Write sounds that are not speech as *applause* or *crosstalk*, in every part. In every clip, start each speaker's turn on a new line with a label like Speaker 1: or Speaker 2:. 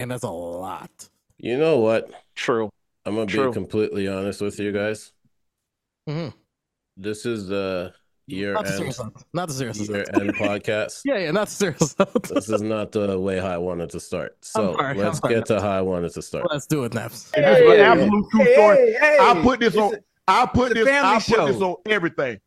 Speaker 1: and that's a lot.
Speaker 2: You know what?
Speaker 3: True.
Speaker 2: I'm gonna
Speaker 3: True.
Speaker 2: be completely honest with you guys.
Speaker 1: Mhm.
Speaker 2: This is the year
Speaker 1: Not the
Speaker 2: end,
Speaker 1: serious notes. Not the serious
Speaker 2: year
Speaker 1: notes.
Speaker 2: end podcast.
Speaker 1: Yeah, yeah, not the serious notes.
Speaker 2: This is not the way how I wanted to start. So
Speaker 1: sorry, *laughs* I'm
Speaker 2: let's
Speaker 1: sorry.
Speaker 2: get to how I wanted to start.
Speaker 1: *laughs* Let's do it, Naps.
Speaker 4: This is an
Speaker 2: Hey,
Speaker 4: absolute true
Speaker 5: Hey,
Speaker 4: story.
Speaker 5: hey, hey.
Speaker 4: I put this on.
Speaker 5: It's
Speaker 4: I put
Speaker 5: it's a
Speaker 4: this. I
Speaker 5: family
Speaker 4: put this
Speaker 5: show.
Speaker 4: on everything.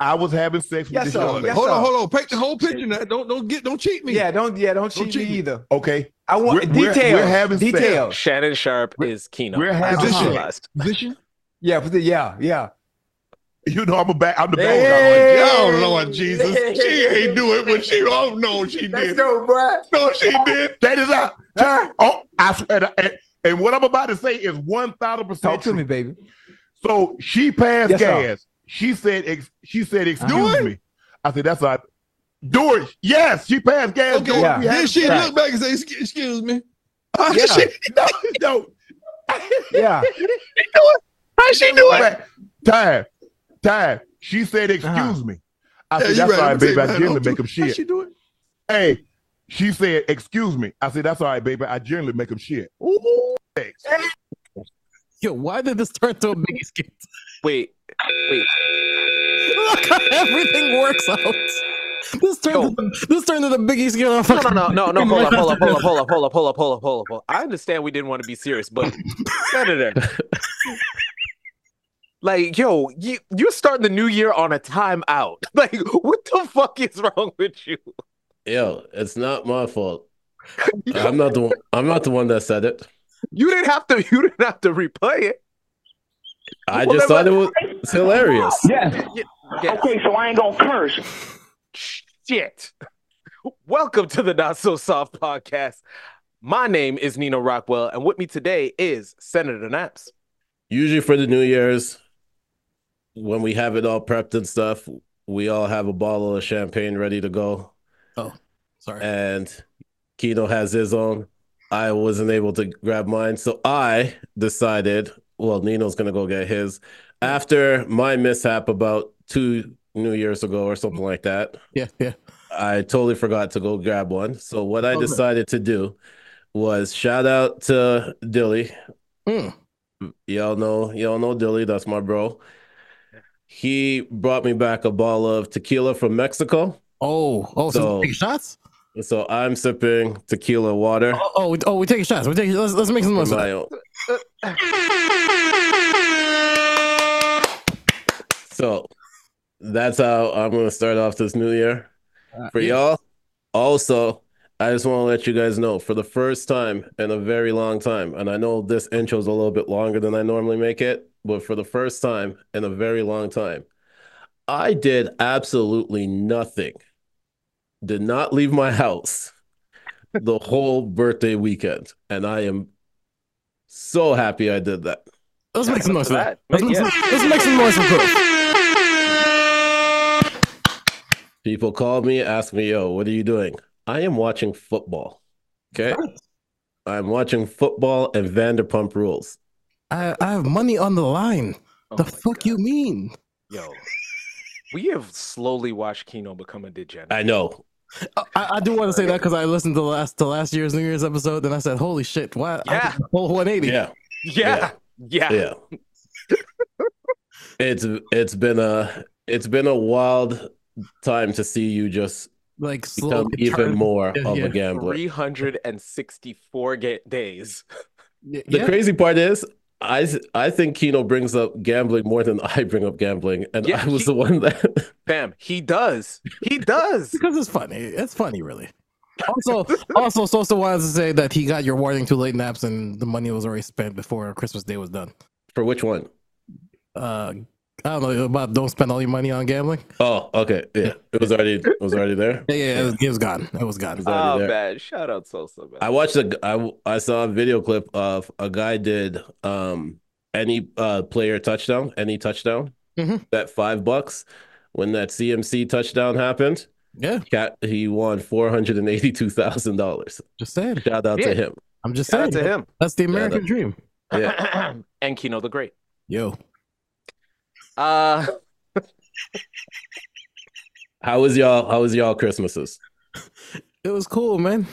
Speaker 4: I was having sex with
Speaker 5: Yes,
Speaker 4: this
Speaker 5: sir.
Speaker 4: young man.
Speaker 5: Yes,
Speaker 6: hold
Speaker 5: sir.
Speaker 6: on, hold on. Paint the whole picture. Now. Don't don't get don't cheat
Speaker 5: a-
Speaker 6: me.
Speaker 5: yeah, don't yeah, don't cheat,
Speaker 6: cheat
Speaker 5: me
Speaker 6: me.
Speaker 5: either.
Speaker 4: Okay,
Speaker 5: I want
Speaker 4: We're- we're-
Speaker 5: details.
Speaker 4: we're having sex.
Speaker 5: details.
Speaker 3: Shannon Sharp is Keno.
Speaker 4: we're having
Speaker 6: Position.
Speaker 3: Hospitalized.
Speaker 5: *laughs*
Speaker 6: Position.
Speaker 5: Yeah, but the- yeah, yeah.
Speaker 4: you know I'm a back. I'm the back.
Speaker 5: Hey.
Speaker 6: Oh Lord Jesus, she ain't do
Speaker 5: *laughs*
Speaker 6: it when she. Oh no, she
Speaker 5: Let's
Speaker 6: did.
Speaker 5: go, bro.
Speaker 6: No, she did.
Speaker 4: That is out. Oh, I, swear- and, and, and what I'm about to say is one thousand
Speaker 5: Talk
Speaker 4: percent
Speaker 5: to
Speaker 4: true.
Speaker 5: me, baby.
Speaker 4: So she passed
Speaker 5: Yes, sir.
Speaker 4: gas. She said. Ex, she said,
Speaker 5: Do
Speaker 4: "Excuse me." I said, "That's not." Do it. Yes, she passed gas. Do
Speaker 6: Okay.
Speaker 4: it.
Speaker 5: Yeah.
Speaker 4: We had
Speaker 6: Then she
Speaker 4: sex.
Speaker 6: looked back and said, "Excuse- "Excuse *laughs* me."
Speaker 5: Yeah.
Speaker 6: She-
Speaker 4: No,
Speaker 5: *laughs*
Speaker 4: no.
Speaker 5: Yeah.
Speaker 6: How she do it?
Speaker 4: Wait, Time, time. She said, "Excuse
Speaker 5: Uh-huh.
Speaker 4: me." I
Speaker 6: Yeah,
Speaker 4: said,
Speaker 6: you
Speaker 4: "That's
Speaker 6: right.
Speaker 4: all
Speaker 6: Let
Speaker 4: right,
Speaker 6: me
Speaker 4: baby.
Speaker 6: tell
Speaker 4: I
Speaker 6: you, man,
Speaker 4: generally
Speaker 6: don't do-
Speaker 4: make them
Speaker 6: How
Speaker 4: shit."
Speaker 6: she do it?
Speaker 4: Hey, she said, "Excuse me." I said, "That's all right, baby. I generally make them shit." Ooh, sex.
Speaker 1: Yo, why did this turn to a biggie skit? *laughs*
Speaker 3: Wait,
Speaker 1: Look how everything works out. This
Speaker 3: Yo.
Speaker 1: turned into, this turned into Biggie skit. on *laughs*
Speaker 3: no,
Speaker 1: fucking-
Speaker 3: no, no, no, no. Hold up, hold up, hold up, hold up, hold up, hold up, hold up, hold up, hold up. I understand we didn't want to be serious, but Senator, like, yo, you you're starting the new year on a timeout. *laughs* Like, what the fuck is wrong with you?
Speaker 2: Yo, it's not my fault. I'm not the one, I'm not the one that said it.
Speaker 3: You didn't have to. You didn't have to replay it.
Speaker 2: I just thought it was it's hilarious.
Speaker 7: Yes.
Speaker 3: Yeah.
Speaker 7: Okay, so I ain't gonna curse.
Speaker 3: Shit. Welcome to the Not So Soft podcast. My name is Nino Rockwell, and with me today is Senator Naps.
Speaker 2: Usually for the New Year's, when we have it all prepped and stuff, we all have a bottle of champagne ready to go.
Speaker 1: Sorry.
Speaker 2: and Kino has his own. I wasn't able to grab mine, so I decided, well, Nino's gonna go get his. After my mishap about two New Years ago or something like that,
Speaker 1: Yeah, yeah.
Speaker 2: I totally forgot to go grab one. So what I
Speaker 1: Okay.
Speaker 2: decided to do was shout out to Dilly.
Speaker 1: Mm.
Speaker 2: Y'all know, y'all know Dilly, that's my bro. He brought me back a bottle of tequila from Mexico.
Speaker 1: Oh, oh, so,
Speaker 2: So-
Speaker 1: we're taking shots?
Speaker 2: So I'm sipping tequila water.
Speaker 1: Oh, oh, we, oh, we're taking shots. We're taking, let's, let's make some noise.
Speaker 2: from
Speaker 1: for
Speaker 2: my
Speaker 1: that.
Speaker 2: own- So that's how I'm going to start off this new year for y'all. Also, I just want to let you guys know for the first time in a very long time, and I know this intro is a little bit longer than I normally make it, but for the first time in a very long time, I did absolutely nothing. Did not leave my house the whole birthday weekend, and I am so happy I did that.
Speaker 1: Let's make some noise for that. Let's make,
Speaker 3: Yeah.
Speaker 1: some, let's make some noise for
Speaker 3: *laughs*
Speaker 1: proof.
Speaker 2: People call me, ask me, yo, what are you doing? I am watching football. Okay. I'm watching football and Vanderpump rules.
Speaker 1: I, I have money on the line. the fuck you mean?
Speaker 3: Oh Yo, we have slowly watched Kino become a degenerate.
Speaker 2: I know.
Speaker 1: I, I do want to say that because I listened to last to last year's New Year's episode, and I said, "Holy shit! Why I
Speaker 3: Yeah.
Speaker 1: did the whole 180?"
Speaker 2: Yeah.
Speaker 3: yeah, yeah,
Speaker 1: *laughs*
Speaker 2: Yeah. It's it's been a it's been a wild time to see you just
Speaker 1: Like
Speaker 2: become
Speaker 1: slowly
Speaker 2: even
Speaker 1: turn-
Speaker 2: more
Speaker 1: Yeah,
Speaker 2: of
Speaker 1: yeah.
Speaker 2: a gambler.
Speaker 3: 364 ga- days.
Speaker 1: Yeah,
Speaker 2: The crazy part is I I think Kino brings up gambling more than I bring up gambling. And
Speaker 3: Yeah,
Speaker 2: I was
Speaker 3: he-
Speaker 2: the one that *laughs*
Speaker 3: Bam, he does. He does.
Speaker 1: because it's funny. It's funny, really. Also, also, Sosa wanted to say that he got your warning too late naps, and the money was already spent before Christmas Day was done.
Speaker 2: for which one?
Speaker 1: Uh, I don't know about don't spend all your money on gambling.
Speaker 2: Oh, okay. Yeah. It was already it was already there.
Speaker 1: Yeah, yeah, it was, it was gone. It was
Speaker 2: It
Speaker 1: gone.
Speaker 2: was already there.
Speaker 3: Oh, man. Shout out Sosa, man.
Speaker 2: I watched a I I saw a video clip of a guy did um any uh player touchdown, any touchdown
Speaker 1: Mhm.
Speaker 2: that five bucks. When that CMC touchdown happened,
Speaker 1: Yeah,
Speaker 2: cat he won four hundred and eighty two thousand dollars.
Speaker 1: just saying.
Speaker 2: Shout out
Speaker 3: Yeah.
Speaker 2: to him.
Speaker 1: I'm just
Speaker 3: Shout out
Speaker 1: saying.
Speaker 3: to him.
Speaker 1: That's the
Speaker 2: that-
Speaker 1: American dream.
Speaker 3: *clears throat*
Speaker 2: Yeah.
Speaker 3: and Kino the Great.
Speaker 1: Yo,
Speaker 3: Uh, *laughs*
Speaker 2: How was y'all how was y'all Christmases?
Speaker 1: it was cool, man.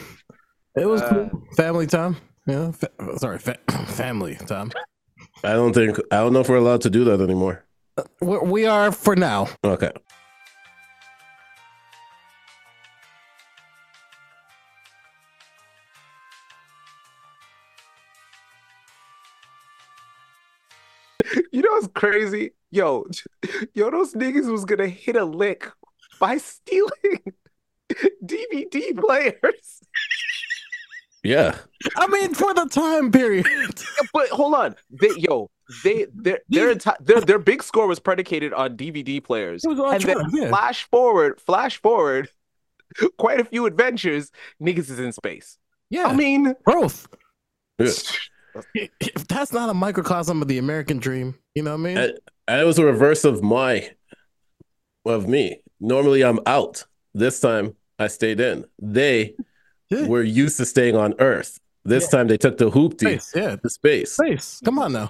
Speaker 1: It was
Speaker 3: Uh,
Speaker 1: cool. family time. Yeah, fa- sorry, fa- *clears throat* family time.
Speaker 2: I don't think I don't know if we're allowed to do that anymore.
Speaker 1: We we are for now.
Speaker 2: Okay.
Speaker 3: You know what's crazy? Yo, *laughs* yo, those niggas was gonna hit a lick by *laughs* stealing DVD players.
Speaker 2: Yeah.
Speaker 1: I mean, for the time period. *laughs*
Speaker 3: But hold on, they, yo, they their their enti- their their big score was predicated on DVD players.
Speaker 1: It was all
Speaker 3: And then
Speaker 1: true, yeah.
Speaker 3: Flash forward, flash forward, *laughs* quite a few adventures. Niggas is in space.
Speaker 1: Yeah,
Speaker 3: I mean,
Speaker 1: growth.
Speaker 2: Yeah.
Speaker 1: If that's not a microcosm of the American dream, you know what I
Speaker 3: Uh,
Speaker 1: mean?
Speaker 2: And- And it was a reverse of my of me. Normally I'm out. This time I stayed in. They
Speaker 1: Yeah.
Speaker 2: were used to staying on Earth. This time they took the hoopty
Speaker 1: Space, yeah,
Speaker 2: to space.
Speaker 1: space. Come on now.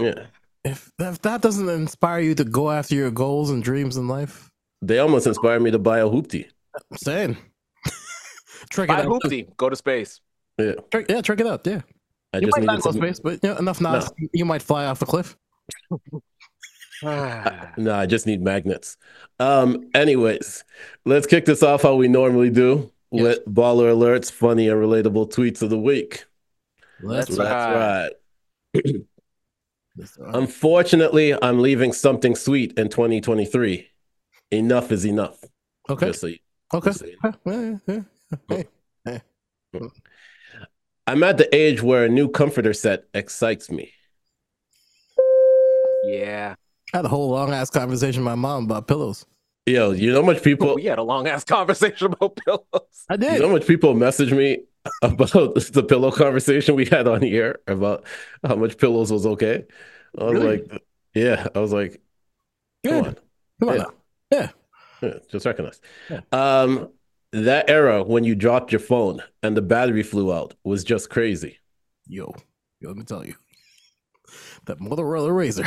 Speaker 2: Yeah.
Speaker 1: If, if that doesn't inspire you to go after your goals and dreams in life,
Speaker 2: They almost inspired me to buy a hoopty.
Speaker 1: I'm saying, *laughs* trick
Speaker 3: by
Speaker 1: it out.
Speaker 3: hoopty, go to
Speaker 1: *sighs*
Speaker 3: space.
Speaker 1: Trick- yeah, trick it out. Yeah,
Speaker 2: I
Speaker 1: you
Speaker 2: just
Speaker 1: might
Speaker 2: needed
Speaker 1: not go
Speaker 2: to
Speaker 1: space, but you know, enough knowledge, you might fly off a cliff.
Speaker 2: No, I just need magnets. Um, anyways, let's kick this off how we normally do
Speaker 1: Yes.
Speaker 2: with baller alerts, funny and relatable tweets of the week.
Speaker 1: Let's
Speaker 3: That's
Speaker 2: That's
Speaker 3: right.
Speaker 2: right. Unfortunately, I'm leaving something sweet in 2023. Enough is enough.
Speaker 1: Okay.
Speaker 2: Just so you-
Speaker 1: Okay.
Speaker 2: just
Speaker 1: *laughs*
Speaker 2: so you-
Speaker 1: Yeah, yeah, yeah.
Speaker 2: I'm at the age where a new comforter set excites me.
Speaker 3: Yeah,
Speaker 1: I had a whole long ass conversation with my mom about pillows.
Speaker 2: Yo, you know how much
Speaker 1: Oh,
Speaker 2: people
Speaker 3: we had a long ass *laughs* conversation about pillows.
Speaker 1: I
Speaker 2: You
Speaker 1: did.
Speaker 2: know how much people message me *laughs* about the pillow conversation we had on here about how much pillows was okay? I was
Speaker 1: Really?
Speaker 2: like, yeah, I was like, come
Speaker 1: Good.
Speaker 2: on,
Speaker 1: Come on
Speaker 2: Yeah.
Speaker 1: now.
Speaker 2: Yeah, just recognize.
Speaker 1: Yeah.
Speaker 2: Um, that era when you dropped your phone and the battery flew out was just crazy. *laughs*
Speaker 1: Yo, yo, let me tell you. That Motorola Razor.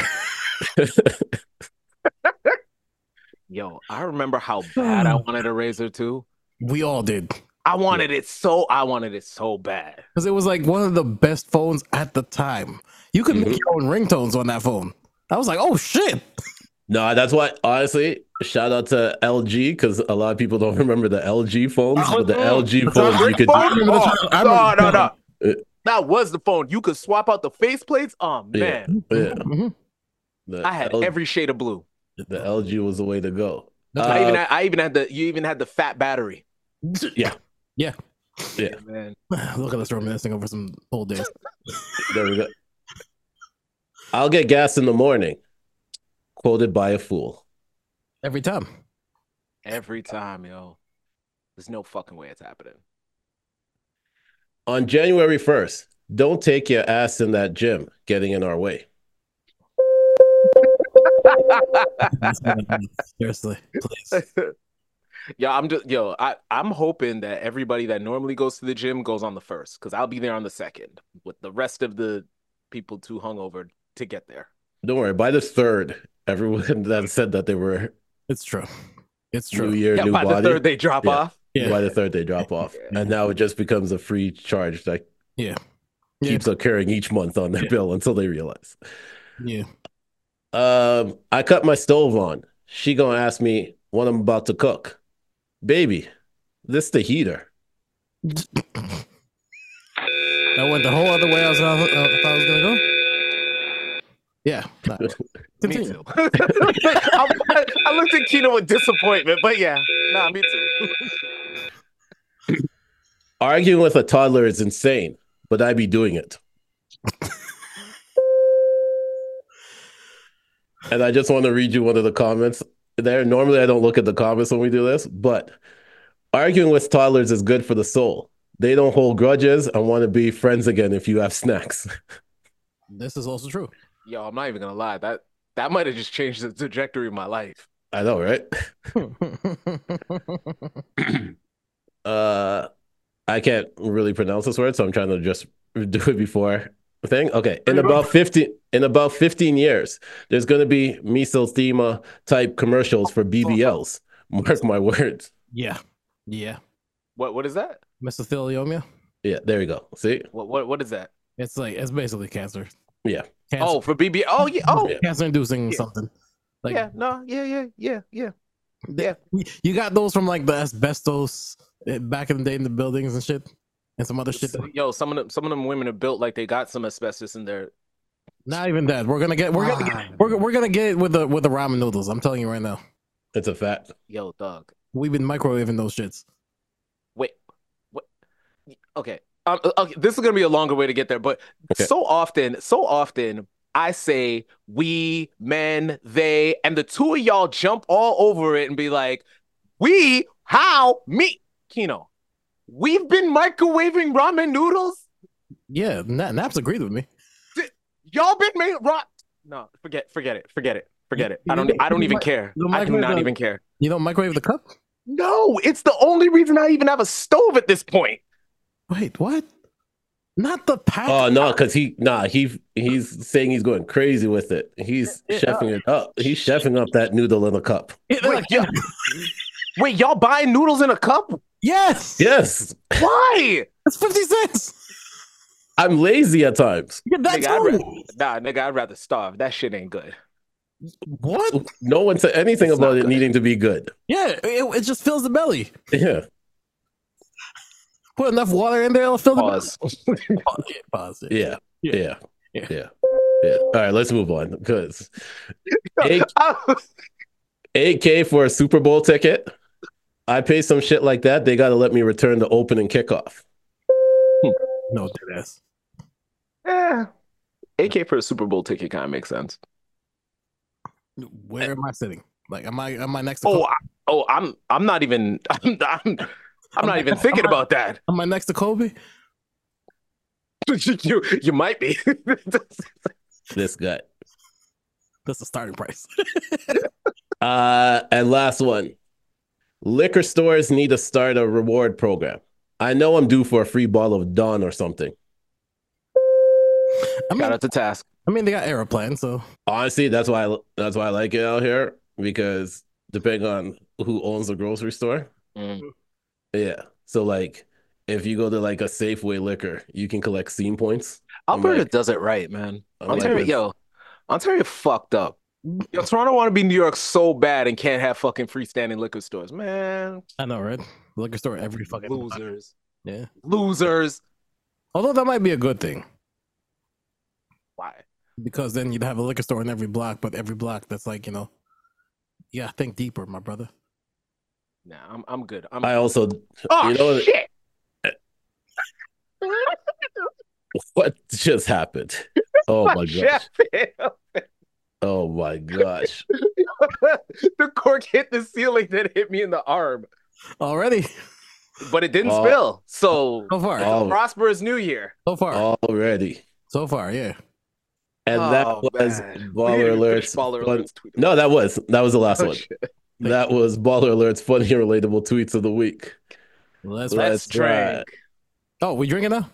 Speaker 3: Yo, I remember how
Speaker 1: *sighs*
Speaker 3: bad I wanted a razor too.
Speaker 1: *laughs* We all did.
Speaker 3: I wanted it so I wanted it so bad.
Speaker 1: Because it was like one of the best phones at the time. You could
Speaker 2: Mm-hmm.
Speaker 1: make your own ringtones on that phone. I was like, oh shit.
Speaker 2: No, that's why, honestly, shout out to LG because a lot of people don't *laughs* remember the LG phones,
Speaker 1: Oh,
Speaker 2: but the LG phones you could.
Speaker 3: phone? Oh,
Speaker 1: I
Speaker 3: no,
Speaker 1: remember
Speaker 3: no,
Speaker 1: the
Speaker 3: no.
Speaker 2: phone.
Speaker 3: That was the phone. You could swap out the faceplates. Oh
Speaker 2: Yeah.
Speaker 3: man,
Speaker 2: Yeah,
Speaker 1: Mhm.
Speaker 2: the
Speaker 3: I had
Speaker 2: L-
Speaker 3: every shade of blue.
Speaker 2: the LG was the way to go.
Speaker 3: I
Speaker 2: Uh,
Speaker 3: even had, I even had the you even had the fat
Speaker 2: *laughs*
Speaker 3: battery.
Speaker 2: Yeah.
Speaker 3: man.
Speaker 1: *sighs* Look at us reminiscing over some old days.
Speaker 2: There we go. I'll get gas in the morning. Quoted by a fool.
Speaker 1: Every time. *laughs*
Speaker 3: Every time, yo. There's no fucking way
Speaker 2: *laughs*
Speaker 3: it's happening.
Speaker 2: On January 1st, don't take your ass in that gym getting in our way.
Speaker 1: Seriously. Please.
Speaker 3: Yo, I'm just yo, I, I'm hoping that everybody that normally goes to the gym goes on the first, because I'll be there on the second with the rest of the people too hungover to get there.
Speaker 2: Don't worry, by the third, everyone *laughs* that said that they were
Speaker 1: It's true. It's
Speaker 2: new
Speaker 1: true.
Speaker 2: year,
Speaker 3: yeah,
Speaker 2: new
Speaker 3: by
Speaker 2: body,
Speaker 3: the third they drop
Speaker 2: Yeah.
Speaker 3: off.
Speaker 1: Yeah.
Speaker 2: by the third they drop off.
Speaker 3: Yeah.
Speaker 2: And now it just becomes a free charge that
Speaker 1: Yeah. Yeah.
Speaker 2: keeps occurring each month on their
Speaker 1: Yeah.
Speaker 2: bill until they realize.
Speaker 1: Yeah.
Speaker 2: Um, I cut my stove on. She gonna ask me what I'm about to cook. Baby, this the heater.
Speaker 1: I went the whole other way I was, I thought I was gonna go. Yeah. Nah.
Speaker 3: Me
Speaker 1: Continue.
Speaker 3: too. *laughs* I, I looked at Kino with disappointment, but yeah. Nah, me too.
Speaker 2: Arguing with a toddler is insane, but I be doing it. and I just want to read you one of the comments there. Normally, I don't look at the comments when we do this, but arguing with toddlers is good for the soul. They don't hold grudges and want to be friends again if you have snacks. *laughs*
Speaker 1: This is also
Speaker 3: *laughs*
Speaker 1: true.
Speaker 3: Yo, I'm not even gonna lie. That that might have just changed the trajectory of my life.
Speaker 2: I know, right? Uh, I can't really pronounce this word, so I'm trying to just *laughs* do it before thing. Okay, in about fifteen in about fifteen years, there's going to be mesothema type commercials for BBLs. *laughs* Mark my words.
Speaker 1: yeah. Yeah.
Speaker 3: What what is that?
Speaker 1: Mesothelioma.
Speaker 2: Yeah, there we go. See?
Speaker 3: What what what is that?
Speaker 1: It's like it's basically cancer.
Speaker 2: Yeah.
Speaker 1: Cancer,
Speaker 3: Oh, for BB. Oh yeah. Oh
Speaker 2: Yeah.
Speaker 1: cancer inducing
Speaker 3: Yeah.
Speaker 1: something. Like
Speaker 3: yeah. No. Yeah. Yeah. Yeah. Yeah. Yeah.
Speaker 1: you got those from like the asbestos eh, back in the day in the buildings and shit, and some other shit. that-
Speaker 3: Yo, some of them some of them women are built like they got some asbestos in their
Speaker 1: Not even that. We're gonna get. We're gonna.
Speaker 3: Ah.
Speaker 1: Get, we're, we're gonna get it with the with the ramen noodles. I'm telling you right now.
Speaker 2: It's a fact.
Speaker 3: yo dog.
Speaker 1: We've been microwaving those shits.
Speaker 3: Wait. What? Okay. Um, okay. This is gonna be a longer way to get there, but
Speaker 2: Okay.
Speaker 3: so often, so often. I say we, men, they, and the two of y'all jump all over it and be like, we, how, me, Kino. We've been microwaving ramen noodles
Speaker 1: Yeah, Na- Naps agreed with me.
Speaker 3: Y'all been made rock. No, forget, forget it, forget it, forget it. I don't, I don't even care.
Speaker 1: The
Speaker 3: I do
Speaker 1: microwave
Speaker 3: not
Speaker 1: the-
Speaker 3: even care.
Speaker 1: You don't microwave the cup?
Speaker 3: No, it's the only reason I even have a stove at this point.
Speaker 1: Wait, what? Not the pack.
Speaker 3: Uh,
Speaker 2: Oh no, because he nah he he's saying he's going crazy with it. He's
Speaker 1: Yeah.
Speaker 2: chefing it up. He's chefing up that noodle in a cup.
Speaker 1: Yeah, they're
Speaker 3: Wait,
Speaker 1: like,
Speaker 3: yeah. Wait, y'all buying noodles in a cup?
Speaker 1: Yes.
Speaker 2: Yes,
Speaker 3: Why?
Speaker 1: It's fifty cents.
Speaker 2: I'm lazy at times.
Speaker 1: Yeah, that's
Speaker 3: nigga, I'd ra-
Speaker 1: all.
Speaker 3: nah, nigga, I'd rather starve. That shit ain't good.
Speaker 1: What?
Speaker 2: No one said anything
Speaker 3: It's not
Speaker 2: about it
Speaker 3: good.
Speaker 2: needing to be good. *laughs*
Speaker 1: Yeah, it, it just fills the belly.
Speaker 2: Yeah,
Speaker 1: Put enough water in there, it'll fill
Speaker 3: Pause.
Speaker 1: the belly. Pause. it, Pause. it.
Speaker 2: yeah,
Speaker 1: Yeah.
Speaker 2: yeah,
Speaker 1: Yeah.
Speaker 2: yeah, yeah. All right, let's move on because AK for a Super Bowl ticket. I pay some shit like that. They got to let me return the opening kickoff.
Speaker 1: No, dead ass.
Speaker 3: yeah. AK for a Super Bowl ticket kind of makes sense.
Speaker 1: Where am I sitting? Like, am I am I next to?
Speaker 3: Oh,
Speaker 1: Kobe?
Speaker 3: I, oh, I'm, I'm not even, *laughs* I'm, I'm, I'm not even thinking about that. *laughs*
Speaker 1: Am I next to Kobe?
Speaker 3: you, you might *laughs* be.
Speaker 2: This guy.
Speaker 1: That's the starting price. *laughs*
Speaker 2: Uh, and last one. Liquor stores need to start a reward program. I know I'm due for a free bottle of Dawn or something.
Speaker 1: I mean,
Speaker 3: Shout out to Task.
Speaker 1: I mean, they got Aeroplan, so
Speaker 2: Honestly, that's why I, that's why I like it out here because depending on who owns the grocery store,
Speaker 3: Mm.
Speaker 2: yeah. So like, if you go to like a Safeway liquor, you can collect scene points.
Speaker 3: Alberta
Speaker 2: like-
Speaker 3: does it right, man.
Speaker 2: I'm like
Speaker 3: Ontario,
Speaker 2: this.
Speaker 3: yo, Ontario fucked up. Yo, Toronto want to be New York so bad and can't have fucking freestanding liquor stores, man.
Speaker 1: I know, right? Liquor store every fucking
Speaker 3: losers,
Speaker 1: Yeah.
Speaker 3: losers.
Speaker 1: Although that might be a good thing
Speaker 3: Why?
Speaker 1: because then you'd have a liquor store in every block, but every block that's like you know, yeah, think deeper, my brother.
Speaker 3: Nah, I'm I'm good. I'm
Speaker 2: I also
Speaker 3: oh
Speaker 2: you know what-
Speaker 3: shit.
Speaker 2: *laughs* what just happened?
Speaker 3: *laughs*
Speaker 2: Oh my
Speaker 3: What
Speaker 2: gosh!
Speaker 3: happened?
Speaker 2: Oh my
Speaker 3: *laughs*
Speaker 2: gosh!
Speaker 3: the cork hit the ceiling, then hit me in the arm,
Speaker 1: Already, *laughs*
Speaker 3: but it didn't
Speaker 2: Oh.
Speaker 3: spill. So
Speaker 1: so far,
Speaker 2: Oh.
Speaker 3: prosperous New Year.
Speaker 1: so far,
Speaker 2: uh, Already.
Speaker 1: so far, yeah.
Speaker 2: And that
Speaker 3: Oh,
Speaker 2: was
Speaker 3: man. We
Speaker 2: Baller
Speaker 3: didn't even
Speaker 2: Alerts.
Speaker 3: finish Baller
Speaker 2: fun-
Speaker 3: Alerts tweet.
Speaker 2: No, that was that was the last
Speaker 3: Oh,
Speaker 2: one.
Speaker 3: shit.
Speaker 2: That was Baller Alerts funny and relatable tweets of the week.
Speaker 1: Let's.
Speaker 2: Let- Let's
Speaker 3: Let's
Speaker 2: try
Speaker 3: drink.
Speaker 1: Oh, we drinking now?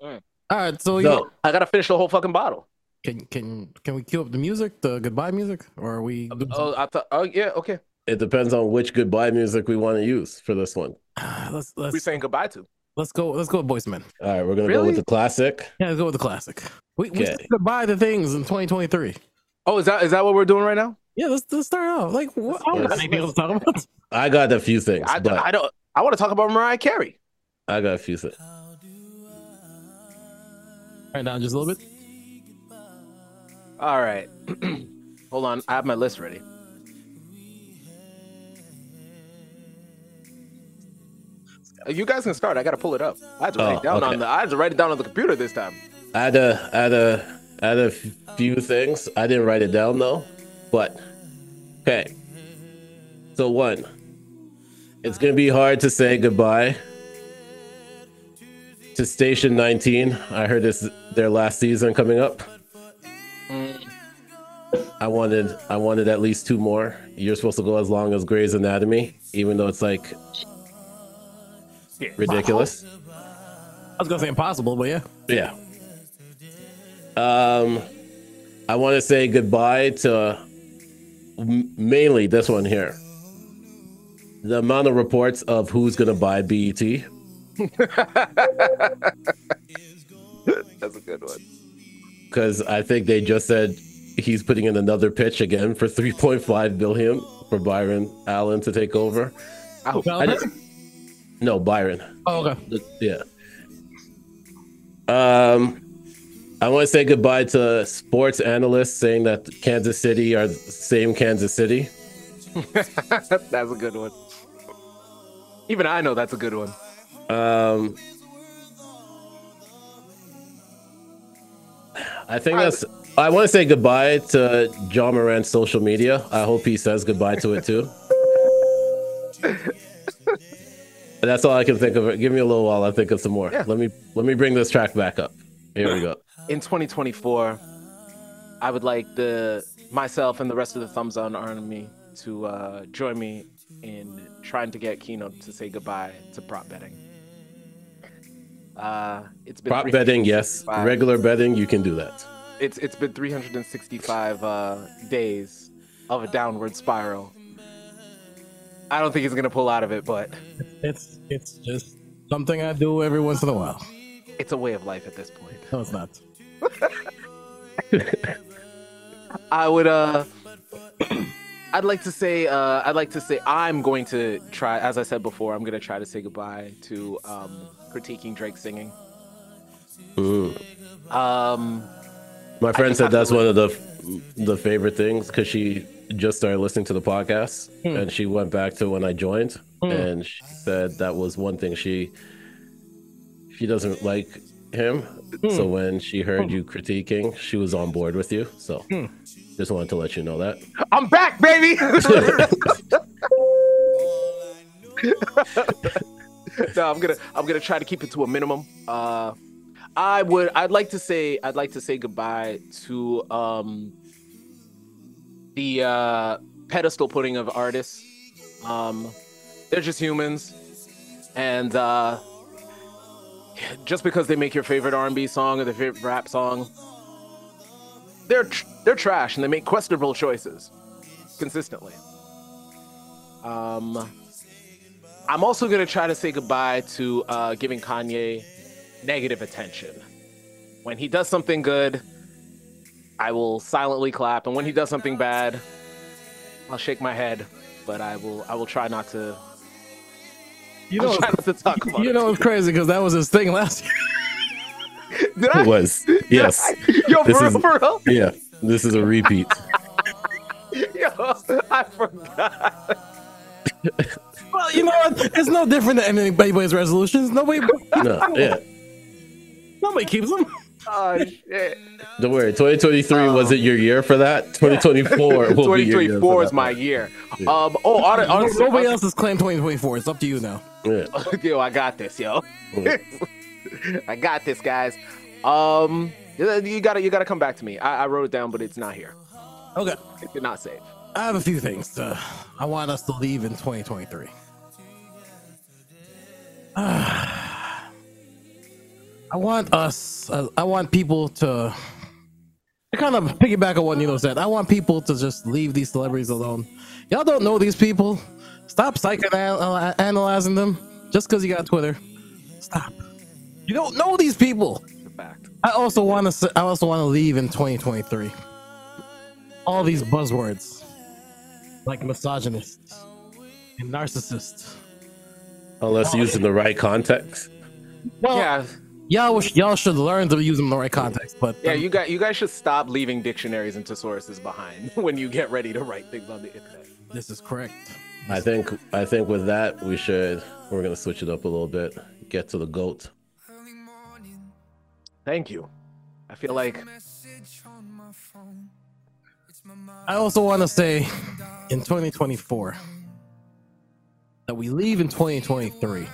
Speaker 3: Mm.
Speaker 1: All right, so you
Speaker 2: No,
Speaker 3: I gotta finish the whole fucking bottle.
Speaker 1: can can can we cue up the music, the goodbye music, or are we? doing
Speaker 3: Oh, I thought. Oh, yeah. Okay.
Speaker 2: it depends on which goodbye music we want to use for this one.
Speaker 1: some- *sighs* let's
Speaker 3: We
Speaker 1: let's
Speaker 3: saying goodbye to.
Speaker 1: let's go let's go with Boys Men.
Speaker 2: All right, we're gonna go
Speaker 3: Really?
Speaker 2: with the classic.
Speaker 1: Yeah, let's go with the classic. We we
Speaker 2: Okay.
Speaker 1: said goodbye to things in 2023.
Speaker 3: Oh, is that is that what we're doing right now?
Speaker 1: Yeah, let's let's start off. Like what? I don't got
Speaker 2: Let's-
Speaker 1: anything else to talk about. *laughs*
Speaker 2: I got a few things,
Speaker 3: I,
Speaker 2: but
Speaker 3: I don't. I want to talk about Mariah Carey.
Speaker 2: I got a few things.
Speaker 1: Right down just a little bit.
Speaker 3: All right. *clears throat* Hold on. I have my list ready. Uh, You guys can start. I gotta pull it up. I had to write
Speaker 2: Oh,
Speaker 3: it down
Speaker 2: okay.
Speaker 3: on the. I had to write it down on the computer this time.
Speaker 2: I had a, I had a, I had a f- few things. I didn't write it down though, but okay. So one, it's gonna be hard to say goodbye to Station 19. I heard it's their last season coming up. I wanted, I wanted at least two more. You're supposed to go as long as Grey's Anatomy, even though it's like ridiculous.
Speaker 1: I was gonna say impossible, but yeah.
Speaker 2: Yeah. Um, I want to say goodbye to m- mainly E this one here. The amount of reports of who's going to buy BET
Speaker 3: That's a good one.
Speaker 2: because I think they just said he's putting in another pitch again for *laughs* 3.5 billion for Byron Allen to take over.
Speaker 3: I hope
Speaker 2: I just- no, Byron.
Speaker 1: Oh, okay.
Speaker 2: The- Yeah. Um, I want to say goodbye to sports analysts saying that Kansas City are the same Kansas City.
Speaker 3: *laughs* that's a good one. Even I know that's a good one.
Speaker 2: Um, I think that's. I want to say goodbye to John Moran's social media. I hope he says goodbye to it too. that's all I can think of. Give me a little while. I think of some more. Let me let me bring this track back up. Here we go.
Speaker 3: In 2024, I would like the myself and the rest of the thumbs on army to uh, join me in trying to get Kino to say goodbye to prop betting. Uh, it's been
Speaker 2: Prop
Speaker 3: three-
Speaker 2: betting, yes.
Speaker 3: Bye.
Speaker 2: Regular betting, you can do that.
Speaker 3: it's it's been 365 uh, days of a downward spiral. I don't think he's gonna pull out of it, but
Speaker 1: It's it's just something I do every once in a while.
Speaker 3: it's a way of life at this point.
Speaker 1: No, it's not.
Speaker 3: I would uh I'd like to say uh I'd like to say I'm going to try as I said before, I'm gonna try to say goodbye to um critiquing Drake singing.
Speaker 2: Mm.
Speaker 3: Um
Speaker 2: My friend
Speaker 3: just
Speaker 2: said
Speaker 3: have to
Speaker 2: that's one of the the favorite things because she just started listening to the podcast
Speaker 1: Hmm.
Speaker 2: and she went back to when I joined
Speaker 1: Hmm.
Speaker 2: and she said that was one thing she she doesn't like him.
Speaker 3: Hmm.
Speaker 2: So when she heard you critiquing, she was on board with you. So
Speaker 3: Hmm.
Speaker 2: just wanted to let you know that.
Speaker 3: *laughs* I'm back,
Speaker 5: *laughs*
Speaker 3: baby! *laughs* no, I'm gonna I'm gonna try to keep it to a minimum. Uh, I would I'd like to say I'd like to say goodbye to um the uh, pedestal putting of artists. Um, they're just humans, and uh, just because they make your favorite R&B song or their favorite rap song, they're tr- they're trash and they make questionable choices consistently. Um, I'm also gonna try to say goodbye to uh, giving Kanye negative attention. When he does something good, I will silently clap, and when he does something bad, I'll shake my head. But I will I will try not to.
Speaker 1: You
Speaker 3: I'll
Speaker 1: know,
Speaker 3: try not
Speaker 1: *laughs*
Speaker 3: to talk about
Speaker 1: you know it's crazy because that was his thing last year.
Speaker 3: it. Did
Speaker 2: *laughs*
Speaker 3: I?
Speaker 2: It was. Yes.
Speaker 3: Yo,
Speaker 2: This
Speaker 3: for
Speaker 2: is-
Speaker 3: real, for real.
Speaker 2: Yeah. This is a repeat.
Speaker 3: Yo, *laughs* I forgot.
Speaker 1: Well, you know what? It's no different than anybody's resolutions. Nobody
Speaker 2: no, yeah.
Speaker 1: nobody keeps them.
Speaker 3: Oh shit.
Speaker 2: Don't worry. 2023 wasn't your year for that. 2024 will be your year.
Speaker 3: 2024
Speaker 2: for
Speaker 3: is
Speaker 2: that.
Speaker 3: my year. Um.
Speaker 1: *laughs*
Speaker 3: Oh, hon- honestly,
Speaker 1: Nobody else has claimed 2024. It's up to you now.
Speaker 2: Yeah.
Speaker 3: *laughs* yo, I got this, yo. I got this, guys. Um, you gotta, you gotta come back to me. I, I wrote it down, but it's not here.
Speaker 1: Okay.
Speaker 3: It did not save.
Speaker 1: I have a few things. To, I want us to leave in *sighs* 2023. I want us. I, I want people to. To kind of piggyback on what Nino said, I want people to just leave these celebrities alone. Y'all don't know these people. Stop psychoanalyzing them just because you got Twitter. Stop. You don't know these people.
Speaker 3: It's a fact.
Speaker 1: I also want to. I also want to leave in 2023. All these buzzwords, like misogynist and narcissist.
Speaker 2: Unless used in the right context.
Speaker 1: Well,
Speaker 3: yeah,
Speaker 1: y'all, wish, y'all should learn to use them in the right context. But um,
Speaker 3: yeah. You guys, you guys should stop leaving dictionaries and thesaurus behind *laughs* when you get ready to write things on the internet.
Speaker 1: this is correct.
Speaker 2: I think I think with that we should we're gonna switch it up a little bit. Get to the goat.
Speaker 3: Thank you. I feel like *laughs*
Speaker 1: I also want to say, in 2024, that we leave in 2023.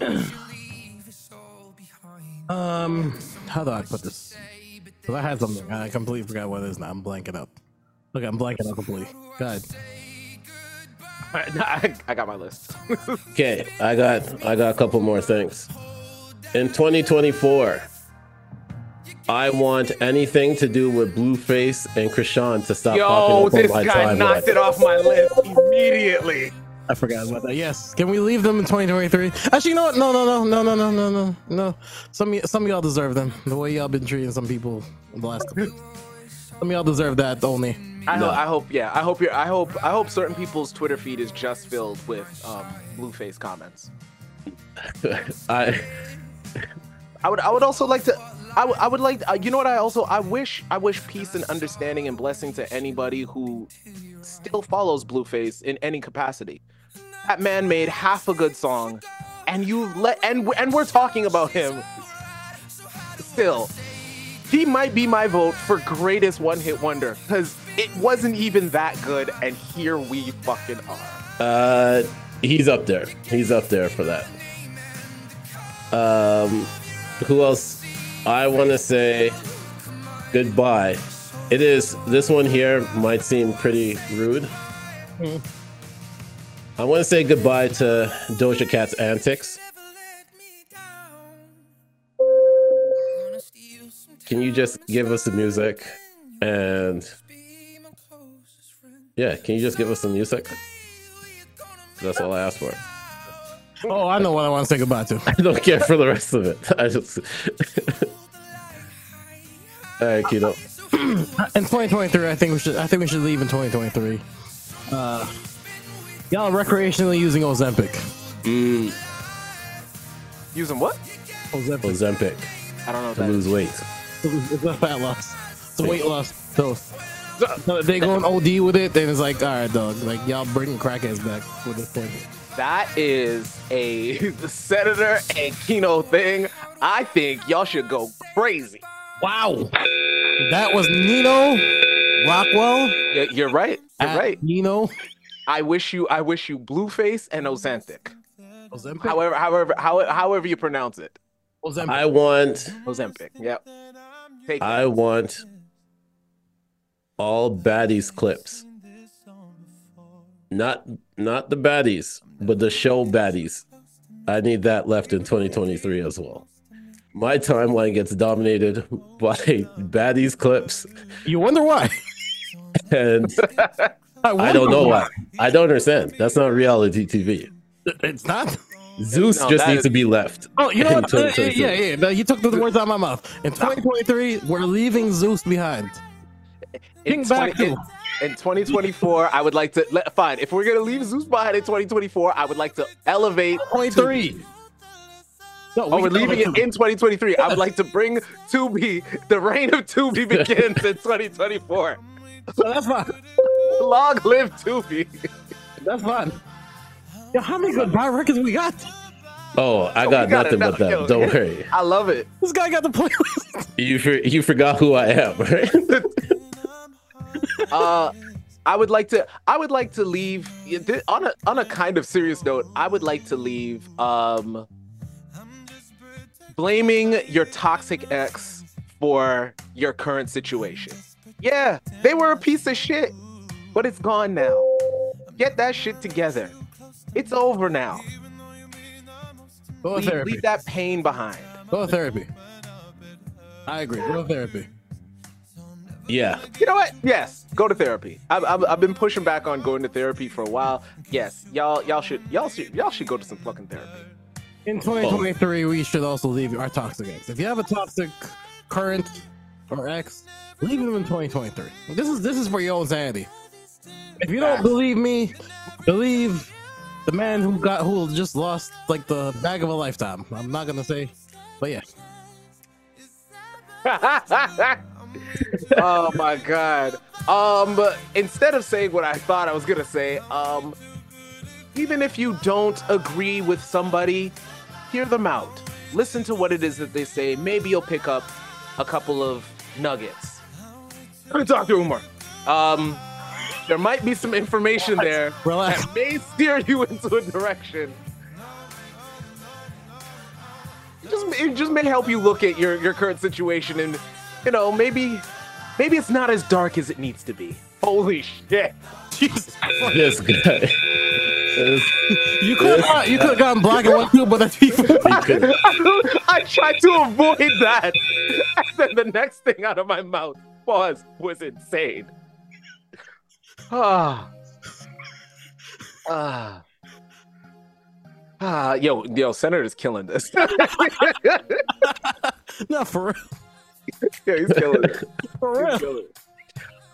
Speaker 1: *clears throat* um, how do I put this? 'Cause I had something. I completely forgot what it is now. I'm blanking up. Look, I'm blanking out completely. God.
Speaker 3: I, I got my list.
Speaker 2: Okay, I got I got a couple more things. In 2024, I want anything to do with Blueface and Krishan to stop popping
Speaker 3: Yo,
Speaker 2: up on
Speaker 3: this
Speaker 2: my
Speaker 3: guy
Speaker 2: timeline.
Speaker 3: knocked it off my list immediately.
Speaker 1: I forgot about that. Yes. Can we leave them in 2023? Actually, you know what? No, no, no, no, no, no, no, no, no. Some y- some of y'all deserve them. The way y'all been treating some people in the last couple. Some of y'all deserve that only.
Speaker 3: I, ho- I hope, yeah, I hope you're, I hope, I hope certain people's Twitter feed is just filled with um, blueface comments.
Speaker 2: I
Speaker 3: I would, I would also like to, I would, I would like, uh, you know what? I also, I wish, I wish peace and understanding and blessing to anybody who still follows blueface in any capacity. That man made half a good song, and you let, and we- and we're talking about him still. He might be my vote for greatest one-hit wonder because it wasn't even that good, and here we fucking are.
Speaker 2: Uh, he's up there. He's up there for that. Um, who else? I want to say goodbye. It is this one here might seem pretty rude. I want to say goodbye to Doja Cat's antics. Can you just give us the music and yeah, can you just give us some music? That's all I asked for. *laughs*
Speaker 1: Oh, I know what I want to say goodbye to.
Speaker 2: I don't care for the rest of it. *laughs* I just. all right, Kino.
Speaker 1: *laughs* In 2023, I think we should. I think we should leave in 2023. Uh, y'all are recreationally using Ozempic.
Speaker 2: Mm,
Speaker 3: Using what?
Speaker 1: Ozempic.
Speaker 2: Ozempic
Speaker 3: I don't know. What
Speaker 2: to
Speaker 3: that is.
Speaker 2: lose weight.
Speaker 1: It's a fat loss. It's a weight loss. So, so they go an OD with it, then it's like, all right, dog. Like y'all bringing crackheads back for this thing.
Speaker 3: That is a *laughs* Senator and Kino thing. I think y'all should go crazy.
Speaker 1: Wow. That was Nino Rockwell.
Speaker 3: Y- You're right. You're
Speaker 1: at
Speaker 3: right.
Speaker 1: Nino.
Speaker 3: I wish you. I wish you Blueface and Ozempic.
Speaker 1: Ozempic.
Speaker 3: However, however, how, however you pronounce it,
Speaker 1: Ozempic.
Speaker 2: I want.
Speaker 3: Ozempic. Yep. Take that.
Speaker 2: I want. All baddies clips. Not not the baddies, but the show baddies. I need that left in 2023 as well. My timeline gets dominated by baddies clips,
Speaker 1: you wonder why? *laughs*
Speaker 2: and I
Speaker 1: wonder
Speaker 2: don't know why. I don't understand. That's not reality TV.
Speaker 1: It's not.
Speaker 2: Zeus
Speaker 3: No,
Speaker 2: just
Speaker 3: that
Speaker 2: needs
Speaker 3: is-
Speaker 2: to be left.
Speaker 1: Oh, *laughs* you know
Speaker 2: in
Speaker 1: what? Uh, yeah,
Speaker 2: 2023.
Speaker 1: yeah, yeah. No, You took the words out of my mouth. In 2023, we're leaving Zeus behind.
Speaker 3: in,
Speaker 1: King Baku.
Speaker 3: in, in 2024, I would like to. Let, fine. If we're gonna leave Zeus behind in 2024, I would like to elevate.
Speaker 1: 23. No,
Speaker 3: Oh, we're
Speaker 1: can go
Speaker 3: leaving
Speaker 1: to-
Speaker 3: it in 2023. I would like to bring Tubi. The reign of Tubi begins in 2024.
Speaker 1: No, that's fine.
Speaker 3: Long live Tubi.
Speaker 1: That's fine. Yo, how many goodbye records we got?
Speaker 2: Oh, I
Speaker 3: Oh,
Speaker 2: got
Speaker 3: we got
Speaker 2: nothing but
Speaker 3: enough.
Speaker 2: that.
Speaker 3: Yo,
Speaker 2: Don't
Speaker 3: yeah.
Speaker 2: worry.
Speaker 3: I love it.
Speaker 1: This guy got the playlist.
Speaker 2: You for, you forgot who I am, *laughs* right?
Speaker 3: Uh, I would like to. I would like to leave yeah, thi- on a on a kind of serious note. I would like to leave. Um, blaming your toxic ex for your current situation. Yeah, they were a piece of shit, but it's gone now. Get that shit together. It's over now.
Speaker 1: Go to
Speaker 3: Leave,
Speaker 1: therapy.
Speaker 3: leave that pain behind.
Speaker 1: Go to therapy. I agree. Go to therapy.
Speaker 2: yeah.
Speaker 3: You know what? Yes, go to therapy. I've, I've, I've been pushing back on going to therapy for a while. Yes, y'all y'all should y'all should y'all should go to some fucking therapy.
Speaker 2: Oh,
Speaker 1: In 2023, we should also leave our toxic ex. If you have a toxic current or ex, leave them in 2023. This is this is for your own sanity. If you don't believe me, believe the man who got who just lost like the bag of a lifetime. I'm not gonna say, but yeah.
Speaker 3: *laughs* oh my god. Um instead of saying what I thought I was going to say, um even if you don't agree with somebody, hear them out. Listen to what it is that they say. Maybe you'll pick up a couple of nuggets. Go to Dr. Umar. Um there might be some information there
Speaker 1: Relax.
Speaker 3: that may steer you into a direction. It just it just may help you look at your your current situation and you know maybe maybe it's not as dark as it needs to be. Holy shit!
Speaker 2: This guy. This-
Speaker 1: You could you could have gotten black and white too, but that's *laughs* even.
Speaker 2: he could-
Speaker 3: *laughs* I tried to avoid that, and then the next thing out of my mouth was was *sighs* insane. Ah. Ah. Ah, yo, yo, Senator's killing this. *laughs*
Speaker 1: No, for real.
Speaker 3: yeah, he's killing it.
Speaker 1: For real.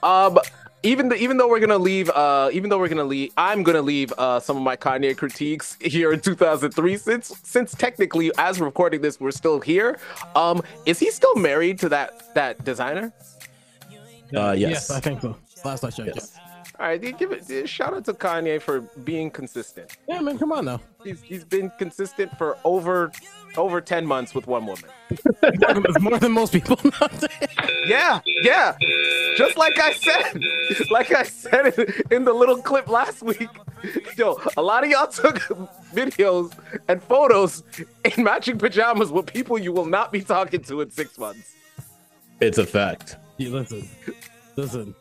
Speaker 3: Um, even the, even though we're gonna leave, uh, even though we're gonna leave, I'm gonna leave uh, some of my Kanye critiques here in 2003. Since since technically, as we're recording this, we're still here. Um, is he still married to that that designer?
Speaker 2: Uh, yes.
Speaker 1: I think so. Last I checked.
Speaker 2: Yes.
Speaker 3: All right, give it eh, shout out to Kanye for being consistent.
Speaker 1: Yeah, man, come on now.
Speaker 3: He's he's been consistent for over over 10 months with one woman.
Speaker 1: More than- more than most people *laughs* nowadays.
Speaker 3: Yeah, yeah. Just like I said, *laughs* like I said in, in the little clip last week. *laughs* Yo, a lot of y'all took *laughs* videos and photos in matching pajamas with people you will not be talking to in six months.
Speaker 2: It's a fact.
Speaker 1: Yeah, listen, listen.